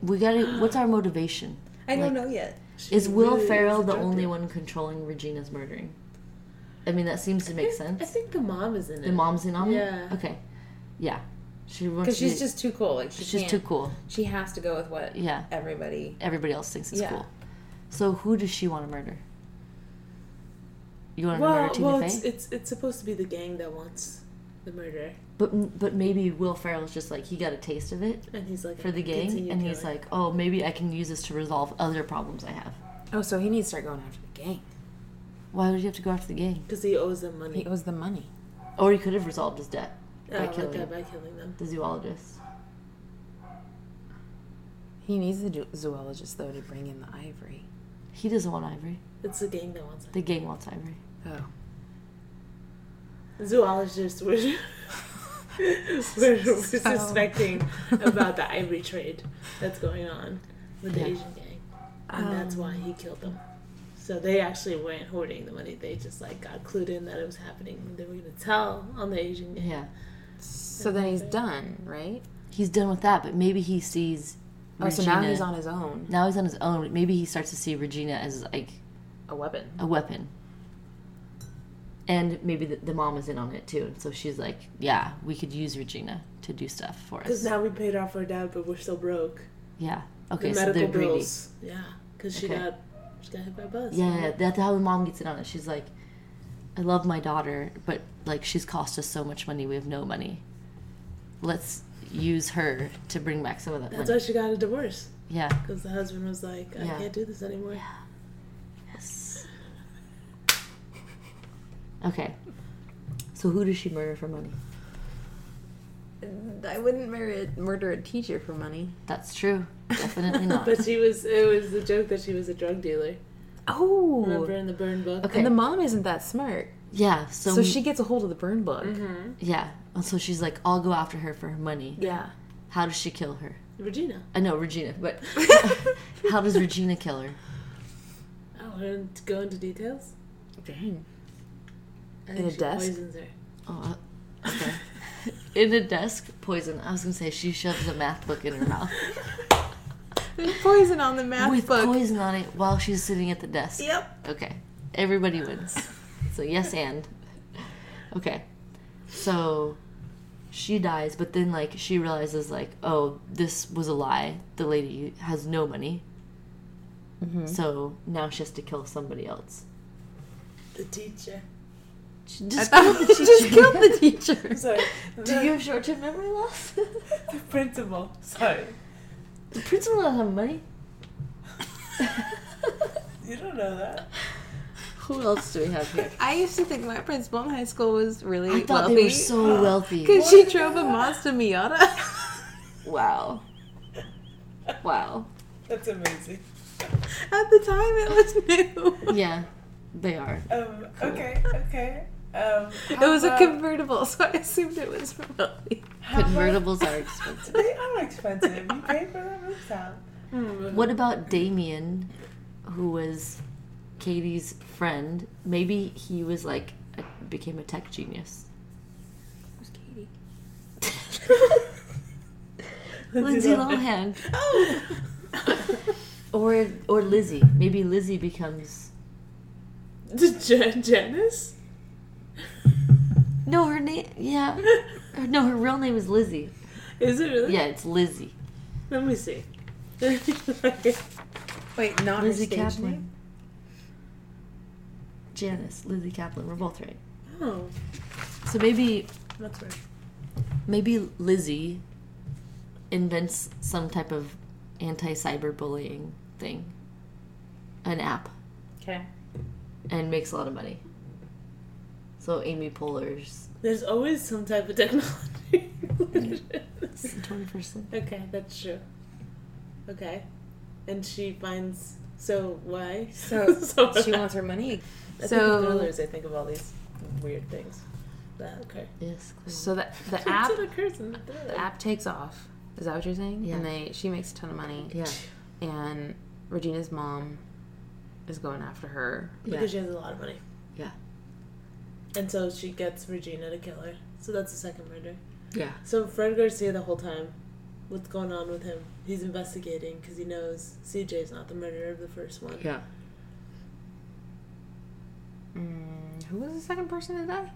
Speaker 1: We gotta, what's our motivation?
Speaker 2: I don't
Speaker 1: Like-
Speaker 2: know yet.
Speaker 3: She
Speaker 1: Is Will
Speaker 3: really is
Speaker 1: Farrell the
Speaker 3: addicted.
Speaker 1: only one controlling Regina's murdering? I mean, that seems to make
Speaker 3: I
Speaker 1: sense.
Speaker 3: think the mom is in it.
Speaker 1: The mom's in on it?
Speaker 3: Yeah.
Speaker 1: Okay. Yeah. She wants
Speaker 4: Because
Speaker 1: to
Speaker 4: she's
Speaker 1: be-
Speaker 4: just too cool. Like she
Speaker 1: she's
Speaker 4: can't-
Speaker 1: too cool.
Speaker 4: She has to go with what
Speaker 1: Yeah.
Speaker 4: everybody.
Speaker 1: Everybody else thinks it's
Speaker 4: Yeah.
Speaker 1: cool. So who does she want to murder? You want to
Speaker 3: Well,
Speaker 1: murder Tina
Speaker 3: well,
Speaker 1: Fey?
Speaker 3: it's, it's it's supposed to be the gang that wants the murderer,
Speaker 1: But but maybe Will Ferrell's just like he got a taste of it
Speaker 3: and he's like
Speaker 1: for the gang,
Speaker 3: "Continue
Speaker 1: and he's
Speaker 3: killing."
Speaker 1: like, oh, maybe I can use this to resolve other problems I have.
Speaker 4: Oh, so he needs to start going after the gang.
Speaker 1: Why would you have to go after the gang?
Speaker 3: because he owes them money.
Speaker 4: It was the money.
Speaker 1: Or he could have resolved his debt,
Speaker 3: Oh,
Speaker 1: by
Speaker 3: like
Speaker 1: killing
Speaker 3: that, by killing them.
Speaker 1: the zoologist.
Speaker 4: He needs the zoo- zoologist though to bring in the ivory.
Speaker 1: He doesn't want Ivory.
Speaker 3: It's the gang that wants
Speaker 1: The gang wants Ivory.
Speaker 4: Oh.
Speaker 3: it. Zoologists were were, were suspecting about the ivory trade that's going on with the
Speaker 1: Yeah.
Speaker 3: Asian gang, and
Speaker 4: Um,
Speaker 3: that's why he killed them. So they actually weren't hoarding the money. They just like got clued in that it was happening. and They were going to tell on the Asian gang.
Speaker 1: Yeah.
Speaker 4: So then he's done, right?
Speaker 1: He's done with that, but maybe he sees.
Speaker 4: Oh, so now he's on his own.
Speaker 1: Now he's on his own. Maybe he starts to see Regina as like
Speaker 4: A weapon.
Speaker 1: a weapon. And maybe the, the mom is in on it too, and so she's like, "Yeah, we could use Regina to do stuff for us."
Speaker 3: Because now we paid off our debt, but we're still broke.
Speaker 1: Yeah.
Speaker 3: The
Speaker 1: Okay, so
Speaker 3: medical
Speaker 1: they're greedy.
Speaker 3: bills. Yeah, because she
Speaker 1: Okay.
Speaker 3: got she got hit by a bus.
Speaker 1: Yeah, yeah, that's how the mom gets in on it. She's like, I love my daughter, but like she's cost us so much money, we have no money. Let's use her to bring back some of that
Speaker 3: That's
Speaker 1: money.
Speaker 3: why she got a divorce.
Speaker 1: yeah.
Speaker 3: Because the husband was like, I
Speaker 1: Yeah.
Speaker 3: can't do this anymore.
Speaker 1: Yes. Okay. So who does she murder for money?
Speaker 4: I wouldn't murder a, murder a teacher for money.
Speaker 1: That's true. Definitely not.
Speaker 3: But she was. It was the joke that she was a drug dealer.
Speaker 4: Oh.
Speaker 3: Remember in the burn book?
Speaker 1: Okay.
Speaker 4: And the mom isn't that smart.
Speaker 1: yeah.
Speaker 4: So,
Speaker 1: So, Mm-hmm.
Speaker 4: she gets a hold of the burn book.
Speaker 1: Yeah. And so she's like, I'll go after her for her money.
Speaker 4: Yeah.
Speaker 1: How does she kill her?
Speaker 3: Regina.
Speaker 1: I know Regina, but how does Regina kill her?
Speaker 3: Oh, we didn't go into details.
Speaker 4: Dang.
Speaker 3: I
Speaker 4: In a
Speaker 3: she
Speaker 4: desk?
Speaker 3: Poisons her.
Speaker 1: Oh, uh, okay. in a desk, poison. I was gonna say she shoves a math book in her mouth
Speaker 2: There's poison on the math
Speaker 1: with
Speaker 2: book.
Speaker 1: poison on it while she's sitting at the desk.
Speaker 2: Yep.
Speaker 1: Okay, everybody wins. So yes, and okay, so she dies, but then like she realizes like, oh, this was a lie. The lady has no money,
Speaker 2: Mm-hmm.
Speaker 4: Mm-hmm.
Speaker 1: so now she has to kill somebody else.
Speaker 3: The teacher.
Speaker 1: She just
Speaker 4: thought
Speaker 1: killed the teacher.
Speaker 4: Just killed the teacher.
Speaker 3: I'm sorry.
Speaker 1: Do you have short-term memory loss?
Speaker 3: The principal. Sorry.
Speaker 1: the principal doesn't have money.
Speaker 3: You don't know that.
Speaker 1: Who else do we have here?
Speaker 2: I used to think my principal in high school was
Speaker 1: I
Speaker 2: really
Speaker 1: thought
Speaker 2: wealthy.
Speaker 1: they were so wealthy.
Speaker 2: Because she drove a Mazda Miata.
Speaker 1: Wow. Wow.
Speaker 3: That's amazing.
Speaker 2: At the time, it was new.
Speaker 1: Yeah, they are.
Speaker 3: Um, okay, okay. Um,
Speaker 2: It was a convertible, so I assumed it was from Ellie.
Speaker 1: Convertibles are expensive.
Speaker 3: They are expensive. You pay for that roof tile.
Speaker 1: What about Damien, who was Katie's friend? Maybe he was like a, became a tech genius.
Speaker 2: Who's Katie?
Speaker 1: Lindsay Lohan,
Speaker 3: Oh!
Speaker 1: or or Lizzie. Maybe Lizzie becomes
Speaker 3: Jan- Janice?
Speaker 1: no her name. Yeah, Or no, her real name is Lizzie.
Speaker 3: Is it really?
Speaker 1: Yeah, it's Lizzie.
Speaker 3: Let me see.
Speaker 2: Wait, not her
Speaker 1: Lizzie
Speaker 2: stage name?
Speaker 1: Kaplan. Janice, Lizzie Kaplan. We're both right.
Speaker 3: oh,
Speaker 1: So maybe
Speaker 3: that's right.
Speaker 1: maybe Lizzie invents some type of anti-cyberbullying thing, an app,
Speaker 4: Okay.
Speaker 1: and makes a lot of money. So Amy Poehler's
Speaker 3: There's always some type of technology.
Speaker 1: it's the 21st century.
Speaker 3: okay, that's true. Okay. And she finds. So why?
Speaker 2: So,
Speaker 3: so
Speaker 2: she wants her money.
Speaker 3: I
Speaker 4: So-
Speaker 3: think of thrillers. I think of all these weird things that occur.
Speaker 1: Yes, clearly.
Speaker 4: So the the
Speaker 3: That's
Speaker 4: app
Speaker 3: what occurs in the
Speaker 4: the
Speaker 3: thriller.
Speaker 4: app takes off. Is that what you're saying?
Speaker 1: Yeah.
Speaker 4: And they she makes a ton of money.
Speaker 1: yeah,
Speaker 4: And Regina's mom is going after her.
Speaker 1: yeah,
Speaker 3: Because she has a lot of money.
Speaker 1: Yeah.
Speaker 3: And so she gets Regina to kill her. So that's the second murder.
Speaker 1: yeah.
Speaker 3: So Fred Garcia the whole time, what's going on with him? He's investigating because he knows CJ's not the murderer of the first one.
Speaker 1: yeah.
Speaker 4: Mm, who was the second person to die?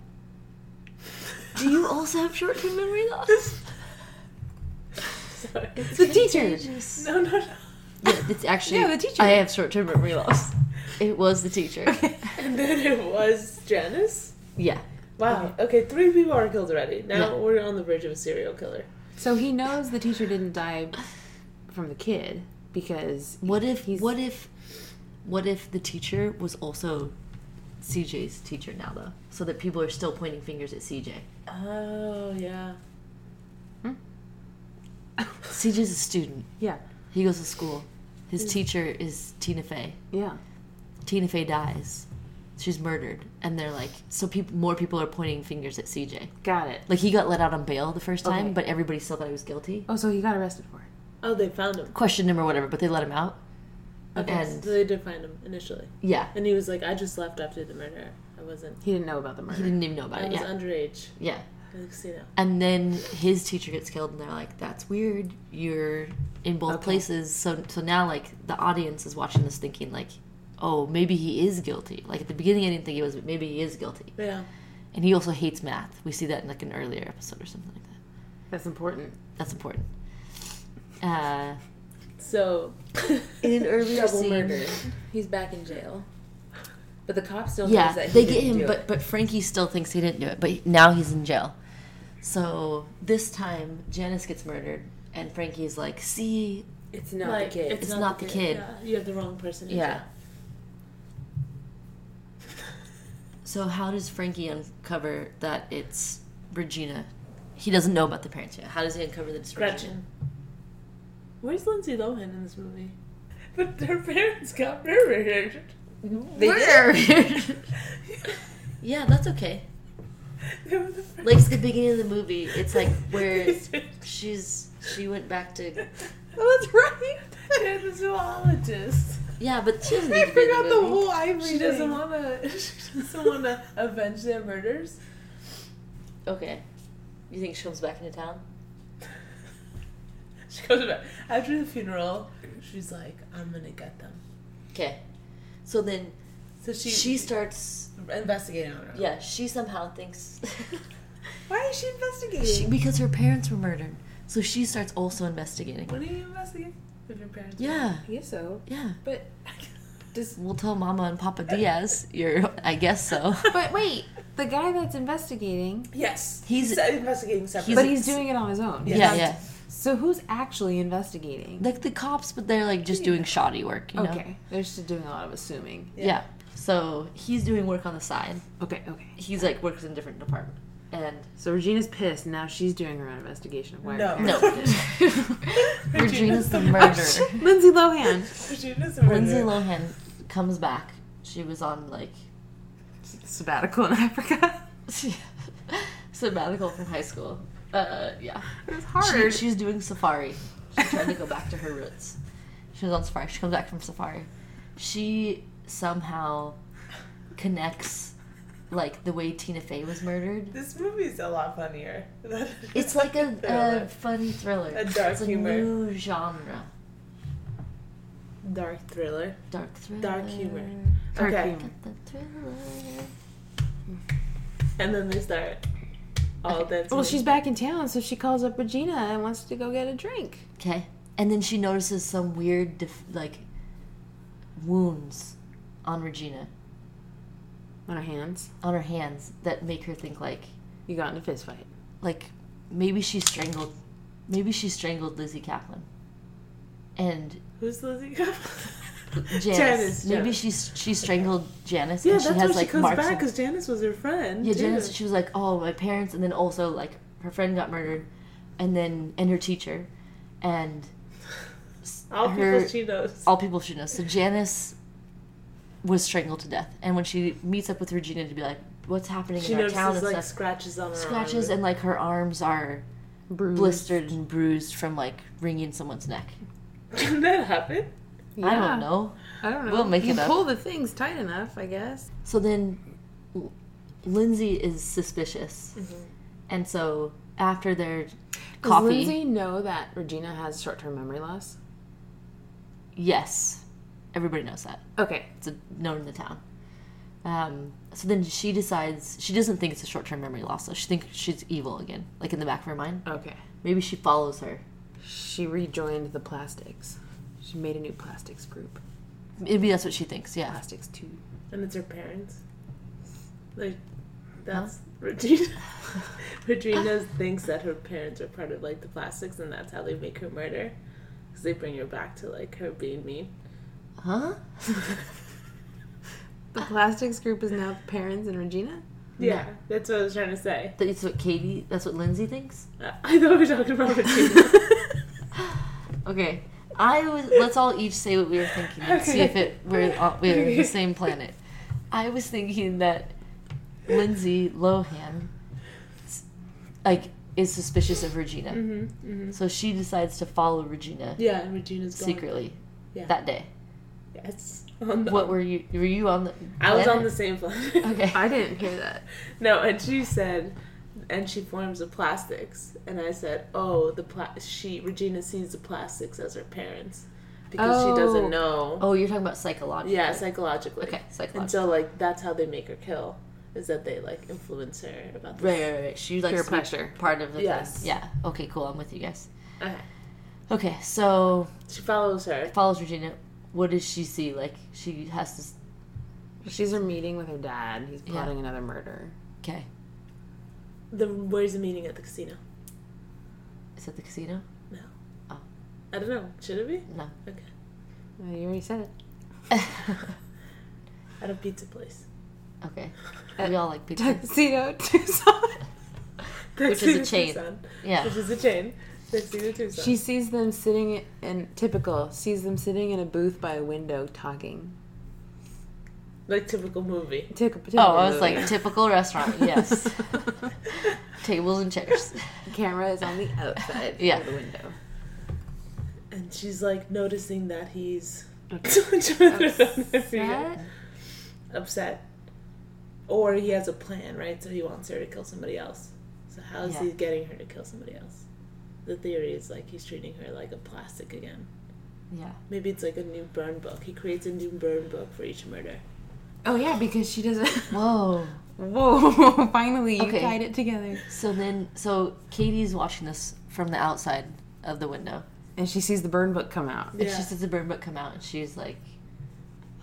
Speaker 1: Do you also have short-term memory loss?
Speaker 3: Sorry.
Speaker 1: It's the teacher.
Speaker 3: No, no, no.
Speaker 1: Yeah, it's actually.
Speaker 4: Yeah, the teacher.
Speaker 1: I have short-term memory loss. It was the teacher.
Speaker 3: And then it was Janice.
Speaker 1: Yeah,
Speaker 3: Wow. Okay, three people are killed already. Now
Speaker 1: Yeah.
Speaker 3: we're on the verge of a serial killer.
Speaker 4: So he knows the teacher didn't die from the kid because
Speaker 1: What if
Speaker 4: He's-
Speaker 1: what if what if the teacher was also CJ's teacher now though? So that people are still pointing fingers at CJ.
Speaker 3: Oh yeah.
Speaker 1: CJ's a student.
Speaker 4: Hmm? yeah,
Speaker 1: He goes to school. His teacher is Tina Fey.
Speaker 4: yeah.
Speaker 1: Tina Fey dies. She's murdered. And they're like so people more people are pointing fingers at CJ.
Speaker 4: Got it.
Speaker 1: Like he got let out on bail the first time,
Speaker 4: Okay.
Speaker 1: but everybody still thought he was guilty.
Speaker 4: Oh, so he got arrested for it.
Speaker 3: Oh, they found him.
Speaker 1: Questioned him or whatever, but they let him out.
Speaker 3: Okay,
Speaker 1: And-
Speaker 3: so they did find him initially,
Speaker 1: Yeah.
Speaker 3: and he was like, "I just left after the murder. I wasn't.
Speaker 4: He didn't know about the
Speaker 1: He
Speaker 4: murder.
Speaker 1: didn't even know about
Speaker 3: I
Speaker 1: it.
Speaker 3: was
Speaker 1: Yeah.
Speaker 3: underage
Speaker 1: Yeah.
Speaker 3: at the casino."
Speaker 1: And then his teacher gets killed, and they're like, "That's weird. You're in both
Speaker 4: Okay.
Speaker 1: places." So, so now like the audience is watching this, thinking like, "Oh, maybe he is guilty." Like at the beginning, I didn't think he was, but maybe he is guilty.
Speaker 3: Yeah.
Speaker 1: And he also hates math. We see that in like an earlier episode or something like that.
Speaker 4: That's important.
Speaker 1: That's important. Uh,
Speaker 3: So
Speaker 1: in an earlier
Speaker 2: He's back in jail. But the cop still
Speaker 1: yeah, they get him, but but Frankie still thinks he didn't do it. But now he's in jail. So this time Janice gets murdered, and Frankie's like, "See,
Speaker 2: it's not
Speaker 3: like,
Speaker 2: the kid.
Speaker 1: It's not the kid.
Speaker 3: Yeah, you have the wrong person. in
Speaker 1: Yeah. So how does Frankie uncover that it's Regina? He doesn't know about the parents yet. How does he uncover that it's Regina?
Speaker 3: Gretchen. Where's Lindsay Lohan in this movie? But her parents got murdered.
Speaker 2: They
Speaker 1: Where? yeah, that's okay.
Speaker 3: They were the first-
Speaker 1: Like the beginning of the movie, it's like where she's she went back to
Speaker 2: Oh, that's right.
Speaker 3: They're the zoologist.
Speaker 1: yeah, but she doesn't.
Speaker 2: I
Speaker 1: Need to be in
Speaker 2: forgot
Speaker 1: the
Speaker 2: the
Speaker 1: movie.
Speaker 2: whole Ivory
Speaker 3: She doesn't
Speaker 2: thing.
Speaker 3: want to. She doesn't want to avenge their murders.
Speaker 1: Okay, you think she comes back into town?
Speaker 3: She goes back after the funeral. She's like, "I'm gonna get them."
Speaker 1: Okay, so then
Speaker 3: So she
Speaker 1: she, starts.
Speaker 3: investigating on her. own.
Speaker 1: Yeah, she somehow thinks
Speaker 2: Why is she investigating?
Speaker 1: she, because her parents were murdered, so she starts also investigating.
Speaker 3: When are you investigating? If your parents.
Speaker 1: Yeah,
Speaker 2: I guess so.
Speaker 1: yeah.
Speaker 2: But does
Speaker 1: We'll tell Mama and Papa Diaz. You're, I guess so.
Speaker 4: But wait, the guy that's investigating,
Speaker 3: Yes.
Speaker 1: He's-
Speaker 3: investigating separately.
Speaker 4: but he's doing it on his own.
Speaker 1: yeah,
Speaker 3: Yeah.
Speaker 1: yeah.
Speaker 4: So who's actually investigating?
Speaker 1: Like the cops, but they're like just doing shoddy work, you know?
Speaker 4: Okay, they're just doing a lot of assuming.
Speaker 1: Yeah. So he's doing work on the side.
Speaker 4: Okay, okay.
Speaker 1: He's like works in a different department. And
Speaker 4: So Regina's pissed. Now she's doing her own investigation of why.
Speaker 3: No.
Speaker 4: her
Speaker 1: no, Regina's the
Speaker 3: Regina's-
Speaker 1: murderer.
Speaker 4: Lindsay Lohan.
Speaker 3: Regina's
Speaker 1: Lindsay
Speaker 3: murderer.
Speaker 1: Lohan comes back. She was on like
Speaker 4: Sabbatical in Africa.
Speaker 1: sabbatical from high school. Uh, yeah,
Speaker 4: It was
Speaker 1: she,
Speaker 4: hard.
Speaker 1: she was doing safari. She's trying to go back to her roots. She was on safari. She comes back from safari. She somehow connects like the way Tina Fey was murdered.
Speaker 3: This movie's a lot funnier. than-
Speaker 1: It's like a, a funny thriller.
Speaker 3: A dark
Speaker 1: it's a
Speaker 3: humor.
Speaker 1: new genre.
Speaker 3: dark thriller.
Speaker 1: Dark thriller.
Speaker 3: Dark humor.
Speaker 4: Dark
Speaker 3: okay.
Speaker 4: humor.
Speaker 1: Got the thriller.
Speaker 3: And then they start all dancing.
Speaker 4: Well, she's back in town, so she calls up Regina and wants to go get a drink.
Speaker 1: Okay. And then she notices some weird, def- like, wounds on Regina,
Speaker 4: On her hands.
Speaker 1: on her hands that make her think, like,
Speaker 4: You got in a fist fight.
Speaker 1: like maybe she strangled, maybe she strangled Lizzie Kaplan. And
Speaker 3: Who's Lizzie? Janice.
Speaker 1: Janice,
Speaker 3: Janice.
Speaker 1: maybe she she strangled Janice,
Speaker 3: Yeah,
Speaker 1: and she
Speaker 3: that's
Speaker 1: has
Speaker 3: why she
Speaker 1: like
Speaker 3: comes
Speaker 1: marks.
Speaker 3: back
Speaker 1: on-
Speaker 3: because Janice was her friend.
Speaker 1: yeah,
Speaker 3: too.
Speaker 1: Janice. She was like, oh, my parents, and then also like her friend got murdered, and then and her teacher, and s-
Speaker 3: All
Speaker 1: her-
Speaker 3: people she knows.
Speaker 1: all people should know. So Janice was strangled to death, and when she meets up with Regina to be like, "What's happening
Speaker 3: she
Speaker 1: in our town?"
Speaker 3: notices
Speaker 1: and
Speaker 3: like
Speaker 1: stuff,
Speaker 3: scratches on her
Speaker 1: scratches
Speaker 3: arm.
Speaker 1: and like her arms are
Speaker 4: Bruised.
Speaker 1: blistered and bruised from like wringing someone's neck.
Speaker 3: Can that happen?
Speaker 1: I
Speaker 4: Yeah.
Speaker 1: don't know.
Speaker 4: I don't know.
Speaker 1: We'll make
Speaker 4: you
Speaker 1: it up.
Speaker 4: pull the things tight enough, I guess.
Speaker 1: So then L- Lindsay is suspicious,
Speaker 4: Mm-hmm.
Speaker 1: and so after their coffee,
Speaker 4: Does Lindsay know that Regina has short-term memory loss?
Speaker 1: yes, everybody knows that.
Speaker 4: Okay.
Speaker 1: it's a, known in the town. Um, so then she decides she doesn't think it's a short term memory loss. Though. She thinks she's evil again, like in the back of her mind.
Speaker 4: Okay.
Speaker 1: Maybe she follows her.
Speaker 4: She rejoined the plastics. She made a new plastics group.
Speaker 1: Maybe that's what she thinks. Yeah.
Speaker 4: Plastics two.
Speaker 3: And it's her parents. Like, that's Regina. Regina thinks that her parents are part of like the plastics, and that's how they make her murder, because they bring her back to like her being mean.
Speaker 1: Huh?
Speaker 4: The plastics group is now the parents and Regina.
Speaker 3: Yeah, that's what I was trying to say.
Speaker 1: That's what Katie. That's what Lindsay thinks.
Speaker 3: Uh, I thought we were talking about Regina.
Speaker 1: Okay. I was. Let's all each say what we were thinking and see if it we're on, we're on the same planet. I was thinking that Lindsay Lohan, s- like, is suspicious of Regina,
Speaker 3: hmm hmm
Speaker 1: so she decides to follow Regina
Speaker 3: Yeah, and Regina's gone.
Speaker 1: secretly
Speaker 3: Yeah.
Speaker 1: that day.
Speaker 3: Yes. On the,
Speaker 1: What were you? Were you on the?
Speaker 3: I was on the
Speaker 1: planet?
Speaker 3: same planet.
Speaker 1: Okay.
Speaker 4: I didn't hear that.
Speaker 3: No, and she said, and she forms the plastics, and I said, oh, the pla- she Regina sees the plastics as her parents because
Speaker 4: Oh.
Speaker 3: she doesn't know.
Speaker 1: Oh, you're talking about psychological.
Speaker 3: Yeah, psychologically.
Speaker 1: Okay,
Speaker 3: And
Speaker 1: psychological.
Speaker 3: so like that's how they make her kill is that they like influence her about this.
Speaker 1: Right, right, right. She like
Speaker 4: Peer
Speaker 1: sweet-
Speaker 4: pressure.
Speaker 1: part of the
Speaker 3: Yes.
Speaker 1: thing. Yeah. Okay, cool. I'm with you guys.
Speaker 3: Okay.
Speaker 1: Okay, so
Speaker 3: She follows her.
Speaker 1: follows Regina. What does she see? Like she has to. s-
Speaker 4: She's her meeting with her dad. He's
Speaker 1: Yeah.
Speaker 4: plotting another murder.
Speaker 1: Okay,
Speaker 3: The where's the meeting at the casino?
Speaker 1: is that the casino?
Speaker 3: No.
Speaker 1: Oh.
Speaker 3: I don't know. Should it be
Speaker 1: No.
Speaker 4: Uh, you already said it.
Speaker 3: at a pizza place?
Speaker 1: okay. We all like pizza.
Speaker 4: Tuxedo Tucson.
Speaker 1: Which is a chain.
Speaker 3: Tucson.
Speaker 1: Yeah.
Speaker 3: Which is a chain. Tuxedo Tucson.
Speaker 4: She sees them sitting in typical sees them sitting in a booth by a window talking.
Speaker 3: like typical movie.
Speaker 4: Took a
Speaker 1: Oh, I was like typical restaurant. Yes. Tables and chairs.
Speaker 4: camera is on the outside
Speaker 1: Yeah.
Speaker 4: of the window.
Speaker 3: And she's like noticing that he's
Speaker 1: That-
Speaker 3: upset. Or he has a plan, right? So he wants her to kill somebody else. So how is
Speaker 1: Yeah.
Speaker 3: he getting her to kill somebody else? The theory is like he's treating her like a plastic again.
Speaker 1: Yeah.
Speaker 3: Maybe it's like a new burn book. He creates a new burn book for each murder.
Speaker 4: Oh yeah, because she doesn't.
Speaker 1: Whoa.
Speaker 4: Whoa! Finally, you
Speaker 1: Okay.
Speaker 4: tied it together.
Speaker 1: So then, so Katie's watching this from the outside of the window.
Speaker 4: And she sees the burn book come out.
Speaker 1: And she sees the burn book come out, and she's like,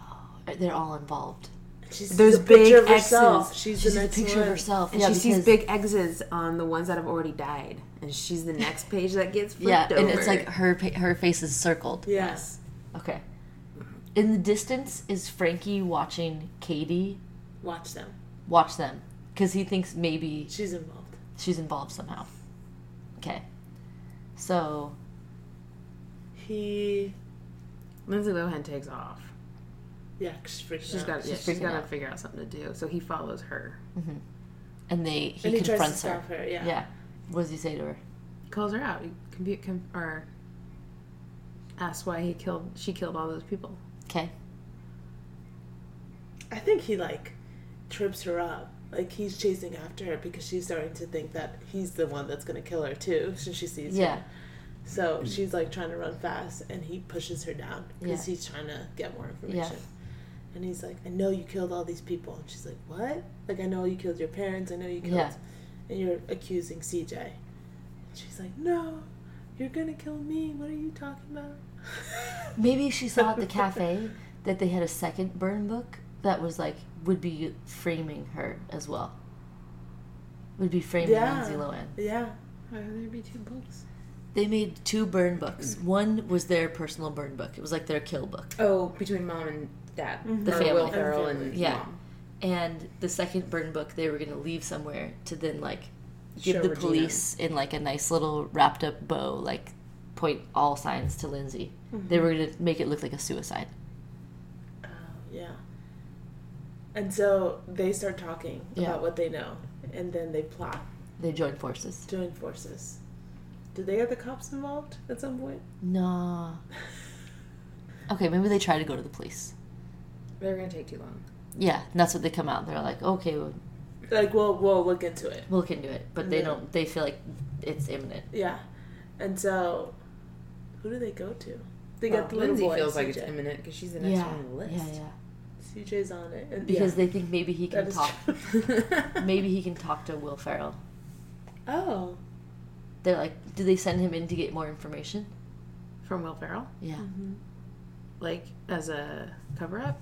Speaker 1: oh, they're all involved.
Speaker 3: She's
Speaker 4: There's
Speaker 3: a picture
Speaker 4: big
Speaker 3: of herself.
Speaker 4: X's.
Speaker 3: She's,
Speaker 1: She sees
Speaker 3: the
Speaker 1: a
Speaker 3: next
Speaker 1: picture
Speaker 3: one.
Speaker 1: of herself.
Speaker 4: And
Speaker 1: yeah,
Speaker 4: she sees
Speaker 1: because-
Speaker 4: big X's on the ones that have already died, and she's the next page that gets flipped
Speaker 1: Yeah,
Speaker 4: over.
Speaker 1: and it's like her pa- her face is circled.
Speaker 3: Yes.
Speaker 1: Okay. In the distance is Frankie watching Katie
Speaker 3: Watch them.
Speaker 1: watch them because he thinks maybe
Speaker 3: She's involved.
Speaker 1: She's involved somehow. Okay. So
Speaker 3: He.
Speaker 4: Lindsay Lohan takes off.
Speaker 3: Yeah, she's freaking
Speaker 4: She's
Speaker 3: out.
Speaker 4: got yeah,
Speaker 1: She's
Speaker 4: she's
Speaker 1: freaking
Speaker 4: got to
Speaker 1: out.
Speaker 4: figure out something to do. So he follows her.
Speaker 1: mm-hmm. and they he
Speaker 3: and he tries to
Speaker 1: confronts her.
Speaker 3: stop her. Yeah.
Speaker 1: Yeah. What does he say to her?
Speaker 4: He calls her out. He compute com- or asks why he killed she killed all those people.
Speaker 1: Okay.
Speaker 3: I think he like trips her up. Like he's chasing after her because she's starting to think that he's the one that's gonna kill her too, since she sees
Speaker 1: Yeah.
Speaker 3: him. So she's like trying to run fast, and he pushes her down because
Speaker 1: Yeah.
Speaker 3: he's trying to get more information. And he's like, "I know you killed all these people," and she's like, "What? Like I know you killed your parents. I know you killed,
Speaker 1: Yeah.
Speaker 3: and you're accusing CJ." And she's like, "No, you're gonna kill me. What are you talking about?"
Speaker 1: Maybe she saw at the cafe that they had a second burn book that was like would be framing her as well. Would be framing
Speaker 3: Yeah.
Speaker 1: Lindsay Lohan.
Speaker 3: Yeah.
Speaker 4: Why would there be two books?
Speaker 1: They made two burn books. One was their personal burn book. It was like their kill book.
Speaker 4: Oh, between mom and dad,
Speaker 1: The
Speaker 4: or
Speaker 1: family.
Speaker 4: Will Ferrell
Speaker 3: And
Speaker 4: and
Speaker 1: Yeah.
Speaker 4: mom.
Speaker 1: And the second burn book they were gonna leave somewhere to then like give
Speaker 4: Show
Speaker 1: the
Speaker 4: Regina.
Speaker 1: police in like a nice little wrapped up bow, like point all signs to Lindsay.
Speaker 4: Mm-hmm.
Speaker 1: They were gonna make it look like a suicide. Um,
Speaker 3: Oh, yeah. And so they start talking
Speaker 1: Yeah.
Speaker 3: about what they know, and then they plot
Speaker 1: They joined forces.
Speaker 3: join forces. Did they get the cops involved at some point?
Speaker 1: No. Okay, maybe they try to go to the police.
Speaker 4: They're gonna take too long.
Speaker 1: Yeah, and that's what they come out. and They're like, okay, we'll,
Speaker 3: Like, we'll we'll look into it.
Speaker 1: we'll look into it, but they
Speaker 3: Yeah.
Speaker 1: don't. They feel like it's imminent.
Speaker 3: Yeah. And so, who do they go to? They
Speaker 1: Oh,
Speaker 3: got the little
Speaker 4: Lindsay
Speaker 3: boy.
Speaker 4: feels like it's
Speaker 3: CJ.
Speaker 4: imminent because she's the next one on the list.
Speaker 1: yeah, yeah.
Speaker 3: CJ's on it, and
Speaker 1: Because they think maybe he
Speaker 3: yeah,
Speaker 1: can
Speaker 3: that is
Speaker 1: talk.
Speaker 3: true.
Speaker 1: Maybe he can talk to Will Ferrell.
Speaker 3: oh,
Speaker 1: They're like, do they send him in to get more information?
Speaker 4: From Will Ferrell,
Speaker 1: Yeah,
Speaker 4: like as a cover up.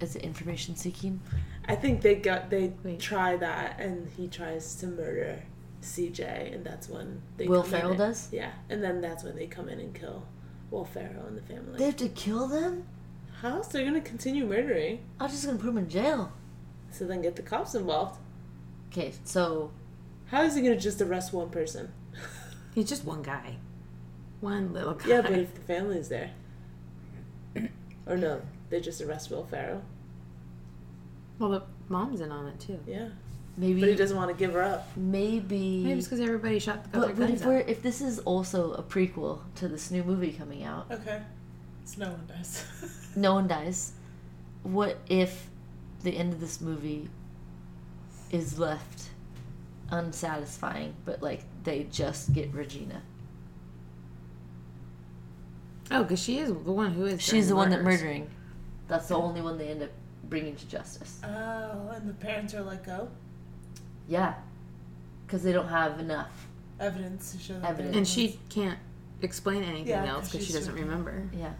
Speaker 1: is it information seeking?
Speaker 3: I think they got they
Speaker 4: Wait.
Speaker 3: try that, and he tries to murder CJ, and that's when they
Speaker 1: Will
Speaker 3: come in
Speaker 1: Ferrell
Speaker 3: and-
Speaker 1: does.
Speaker 3: Yeah, and then that's when they come in and kill Will Ferrell and the family.
Speaker 1: They have to kill them.
Speaker 3: How else they're gonna continue murdering?
Speaker 1: I'm just gonna put him in jail.
Speaker 3: So then get the cops involved.
Speaker 1: Okay, so
Speaker 3: How is he gonna just arrest one person?
Speaker 4: He's just one guy, one little guy.
Speaker 3: yeah, but if the family's there, or no, they just arrest Will Ferrell.
Speaker 4: well, the mom's in on it too.
Speaker 3: Yeah,
Speaker 1: maybe,
Speaker 3: but he doesn't want to give her up.
Speaker 1: maybe.
Speaker 4: Maybe it's because everybody shot the other
Speaker 1: but what
Speaker 4: guns
Speaker 1: if
Speaker 4: out.
Speaker 1: we're if this is also a prequel to this new movie coming out?
Speaker 3: Okay, so no one does.
Speaker 1: no one dies. What if the end of this movie is left unsatisfying, but like they just get Regina?
Speaker 4: Oh, because she is the one who is.
Speaker 1: She's the one that
Speaker 4: murders.
Speaker 1: murdering. That's the only one they end up bringing to justice.
Speaker 3: oh, and the parents are let go.
Speaker 1: Yeah, because they don't have enough.
Speaker 3: Evidence to show
Speaker 1: they're Evidence.
Speaker 4: and she can't explain anything
Speaker 3: Yeah,
Speaker 4: else because she
Speaker 3: she's
Speaker 4: doesn't
Speaker 3: freaking-
Speaker 4: remember.
Speaker 1: Yeah,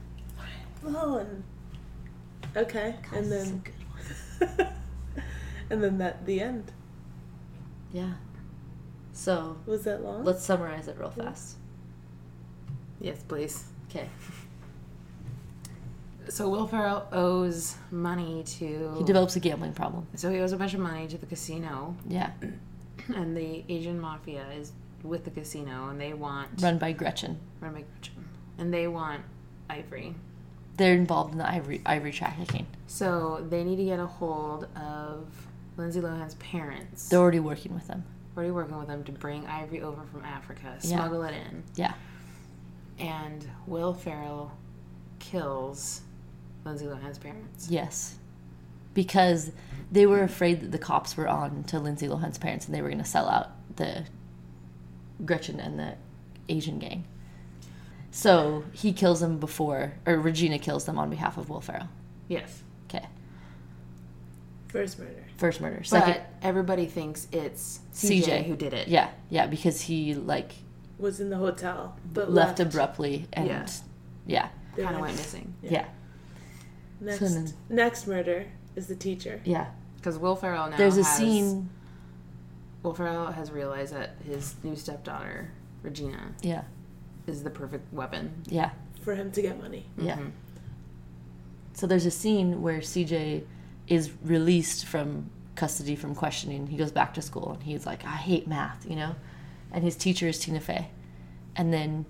Speaker 3: Oh, and okay,
Speaker 1: God,
Speaker 3: and
Speaker 1: this is a
Speaker 3: then
Speaker 1: good-
Speaker 3: and then that the end
Speaker 1: yeah. So
Speaker 3: was that long?
Speaker 1: let's summarize it real fast.
Speaker 4: Yes, please.
Speaker 1: Okay,
Speaker 4: So Will Ferrell owes money to.
Speaker 1: he develops a gambling problem.
Speaker 4: so he owes a bunch of money to the casino,
Speaker 1: Yeah,
Speaker 4: and the Asian mafia is with the casino, and they want
Speaker 1: run by Gretchen.
Speaker 4: run by Gretchen. and they want Ivory.
Speaker 1: They're involved in the ivory ivory trafficking.
Speaker 4: So they need to get a hold of Lindsay Lohan's parents.
Speaker 1: They're already working with them.
Speaker 4: already working with them to bring Ivory over from Africa,
Speaker 1: Yeah.
Speaker 4: smuggle it in.
Speaker 1: Yeah.
Speaker 4: And Will Ferrell kills Lindsay Lohan's parents.
Speaker 1: Yes. Because they were afraid that the cops were on to Lindsay Lohan's parents and they were going to sell out the Gretchen and the Asian gang. So he kills them before, or Regina kills them on behalf of Will Ferrell.
Speaker 4: Yes.
Speaker 1: Okay.
Speaker 3: First murder.
Speaker 1: First murder.
Speaker 4: But
Speaker 1: Second.
Speaker 4: everybody thinks it's CJ,
Speaker 1: CJ.
Speaker 4: who did it.
Speaker 1: yeah. Yeah. Because he, like,
Speaker 3: Was in the hotel, but
Speaker 1: left,
Speaker 3: left,
Speaker 1: abruptly and.
Speaker 4: Yeah.
Speaker 1: Yeah.
Speaker 3: They
Speaker 4: Kind of
Speaker 3: went-
Speaker 4: went missing.
Speaker 1: Yeah.
Speaker 3: Yeah.
Speaker 1: Yeah.
Speaker 3: Next,
Speaker 1: So then-
Speaker 3: next murder is the teacher.
Speaker 4: Because Will Ferrell now
Speaker 1: There's a
Speaker 4: has-
Speaker 1: scene.
Speaker 4: Will Ferrell has realized that his new stepdaughter, Regina,
Speaker 1: Yeah.
Speaker 4: is the perfect weapon.
Speaker 1: Yeah.
Speaker 3: for him to get money.
Speaker 1: Yeah.
Speaker 4: Mm-hmm.
Speaker 1: So there's a scene where CJ is released from custody from questioning. He goes back to school and he's like, I hate math, you know? And his teacher is Tina Fey. And then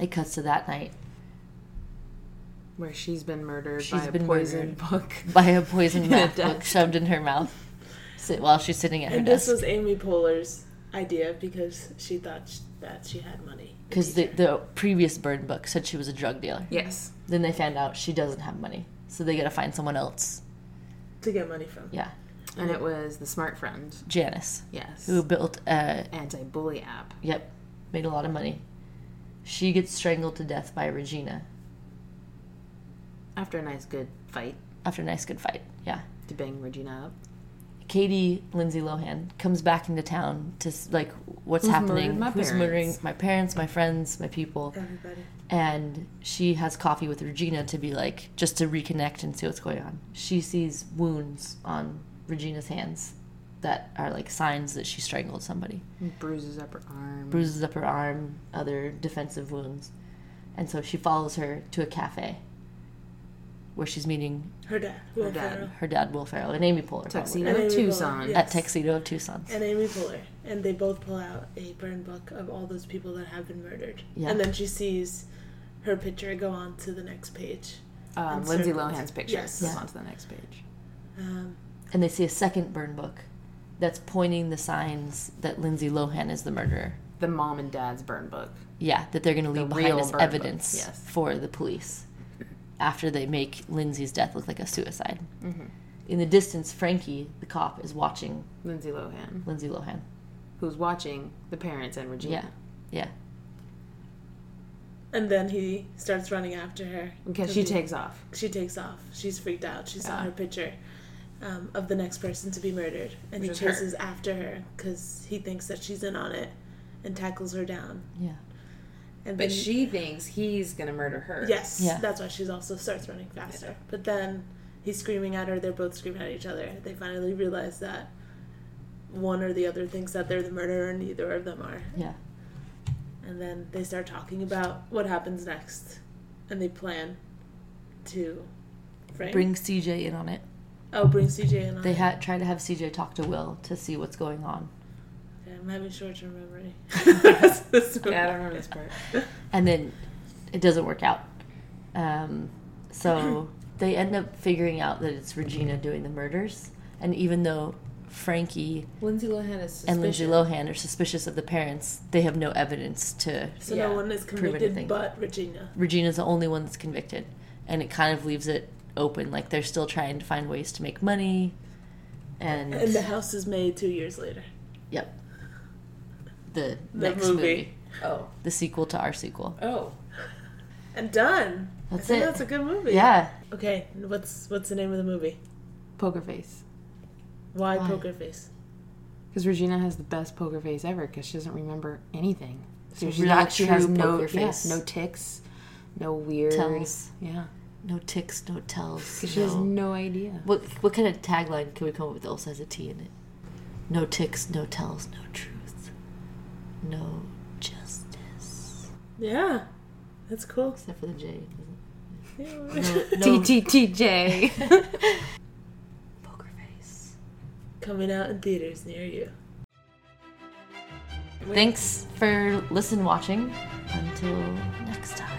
Speaker 1: it cuts to that night
Speaker 4: where she's been murdered
Speaker 1: She's
Speaker 4: by a
Speaker 1: been
Speaker 4: poisoned book.
Speaker 1: by a poisoned
Speaker 4: In a
Speaker 1: math book
Speaker 4: desk.
Speaker 1: shoved in her mouth sit- while she's sitting at her
Speaker 3: And this
Speaker 1: desk.
Speaker 3: was Amy Poehler's idea because she thought sh- that she had money.
Speaker 1: Because the, the previous burn book said she was a drug dealer.
Speaker 4: Yes.
Speaker 1: Then they found out she doesn't have money. So they gotta find someone else.
Speaker 3: To get money from.
Speaker 1: Yeah.
Speaker 4: And it was the smart friend.
Speaker 1: Janice,
Speaker 4: Yes.
Speaker 1: who built a
Speaker 4: Anti bully app.
Speaker 1: Yep. Made a lot of money. She gets strangled to death by Regina
Speaker 4: After a nice good fight
Speaker 1: after a nice good fight. Yeah.
Speaker 4: to bang Regina up.
Speaker 1: Katie Lindsay Lohan comes back into town to s- like what's
Speaker 4: Who's
Speaker 1: happening,
Speaker 4: murdered my
Speaker 1: who's
Speaker 4: parents?
Speaker 1: murdering my parents, my friends, my people,
Speaker 3: Everybody.
Speaker 1: and she has coffee with Regina to be like just to reconnect and see what's going on. She sees wounds on Regina's hands that are like signs that she strangled somebody.
Speaker 4: and Bruises up her arm.
Speaker 1: bruises up her arm, other defensive wounds. And so she follows her to a cafe where she's meeting
Speaker 3: Her dad. Will
Speaker 4: Her dad.
Speaker 3: Ferrell.
Speaker 1: her dad, Will Ferrell, and Amy Poehler. probably,
Speaker 4: Tuxedo
Speaker 3: And Amy Poehler,
Speaker 4: Tucson.
Speaker 3: yeah.
Speaker 1: At Tuxedo of Tucson.
Speaker 3: And Amy Poehler. And they both pull out a burn book of all those people that have been murdered.
Speaker 1: Yeah.
Speaker 3: And then she sees her picture go on to the next page.
Speaker 4: Um,
Speaker 3: And
Speaker 4: Lindsay
Speaker 3: circles.
Speaker 4: Lohan's picture
Speaker 3: Yes.
Speaker 4: goes
Speaker 1: Yeah.
Speaker 4: on to the next page.
Speaker 3: Um,
Speaker 1: And they see a second burn book that's pointing the signs that Lindsay Lohan is the murderer.
Speaker 4: The mom and dad's burn book.
Speaker 1: Yeah, that they're going to
Speaker 4: The
Speaker 1: leave behind
Speaker 4: real
Speaker 1: as
Speaker 4: burn book,
Speaker 1: evidence
Speaker 4: yes.
Speaker 1: for the police after they make Lindsay's death look like a suicide.
Speaker 4: Mm-hmm.
Speaker 1: In the distance, Frankie, the cop, is watching
Speaker 4: Lindsay Lohan,
Speaker 1: Lindsay Lohan.
Speaker 4: who's watching the parents and Regina.
Speaker 1: Yeah. Yeah.
Speaker 3: and then he starts running after her.
Speaker 4: Because she takes off.
Speaker 3: She takes off. She's freaked out. She saw
Speaker 1: Yeah.
Speaker 3: her picture um, of the next person to be murdered, and
Speaker 4: Which
Speaker 3: he
Speaker 4: is her.
Speaker 3: chases after her because he thinks that she's in on it, and tackles her down.
Speaker 1: Yeah.
Speaker 3: And then-
Speaker 4: But she thinks he's going to murder her.
Speaker 3: yes,
Speaker 1: Yeah.
Speaker 3: that's why she's also starts running faster. But then he's screaming at her. They're both screaming at each other. They finally realize that one or the other thinks that they're the murderer, and neither of them are.
Speaker 1: Yeah.
Speaker 3: And then they start talking about what happens next, and they plan to. Frank.
Speaker 1: Bring CJ in on it.
Speaker 3: oh, bring CJ in on
Speaker 1: They
Speaker 3: it.
Speaker 1: ha- try to have CJ talk to Will to see what's going on.
Speaker 3: Okay, I'm having short-term memory. This is-
Speaker 4: Yeah, I don't remember this part.
Speaker 1: And then it doesn't work out. Um, so they end up figuring out that it's Regina doing the murders. And even though Frankie
Speaker 4: Lindsay Lohan is
Speaker 1: and Lindsay Lohan are suspicious of the parents, they have no evidence to.
Speaker 3: so
Speaker 4: Yeah.
Speaker 3: no one is
Speaker 1: Prove
Speaker 3: convicted
Speaker 1: anything.
Speaker 3: but Regina.
Speaker 1: Regina's the only one that's convicted. And it kind of leaves it open. Like they're still trying to find ways to make money. And,
Speaker 3: And the house is made two years later.
Speaker 1: yep. The,
Speaker 3: The
Speaker 1: next
Speaker 3: movie.
Speaker 1: movie.
Speaker 4: Oh.
Speaker 1: The sequel to our sequel.
Speaker 4: Oh.
Speaker 3: And done. I
Speaker 1: That's
Speaker 3: think
Speaker 1: it.
Speaker 3: that's a good movie.
Speaker 1: yeah.
Speaker 3: Okay, what's what's the name of the movie?
Speaker 4: Poker face.
Speaker 3: Why,
Speaker 1: Why?
Speaker 3: Poker Face?
Speaker 4: Because Regina has the best poker face ever because she doesn't remember anything. So
Speaker 1: It's a
Speaker 4: she's
Speaker 1: real,
Speaker 4: not, she has
Speaker 1: true
Speaker 4: no,
Speaker 1: poker
Speaker 4: yes,
Speaker 1: face.
Speaker 4: no ticks, no weird.
Speaker 1: Tells.
Speaker 4: Yeah.
Speaker 1: No ticks, no tells.
Speaker 4: 'Cause she has
Speaker 1: no-
Speaker 4: no idea.
Speaker 1: What what kind of tagline can we come up with that also has a T in it? No ticks, no tells, no truth, no justice.
Speaker 3: Yeah, that's cool.
Speaker 1: Except for the J. isn't it? No, no
Speaker 4: TTTJ.
Speaker 1: poker face.
Speaker 3: Coming out in theaters near you.
Speaker 1: Thanks for listen watching. Until next time.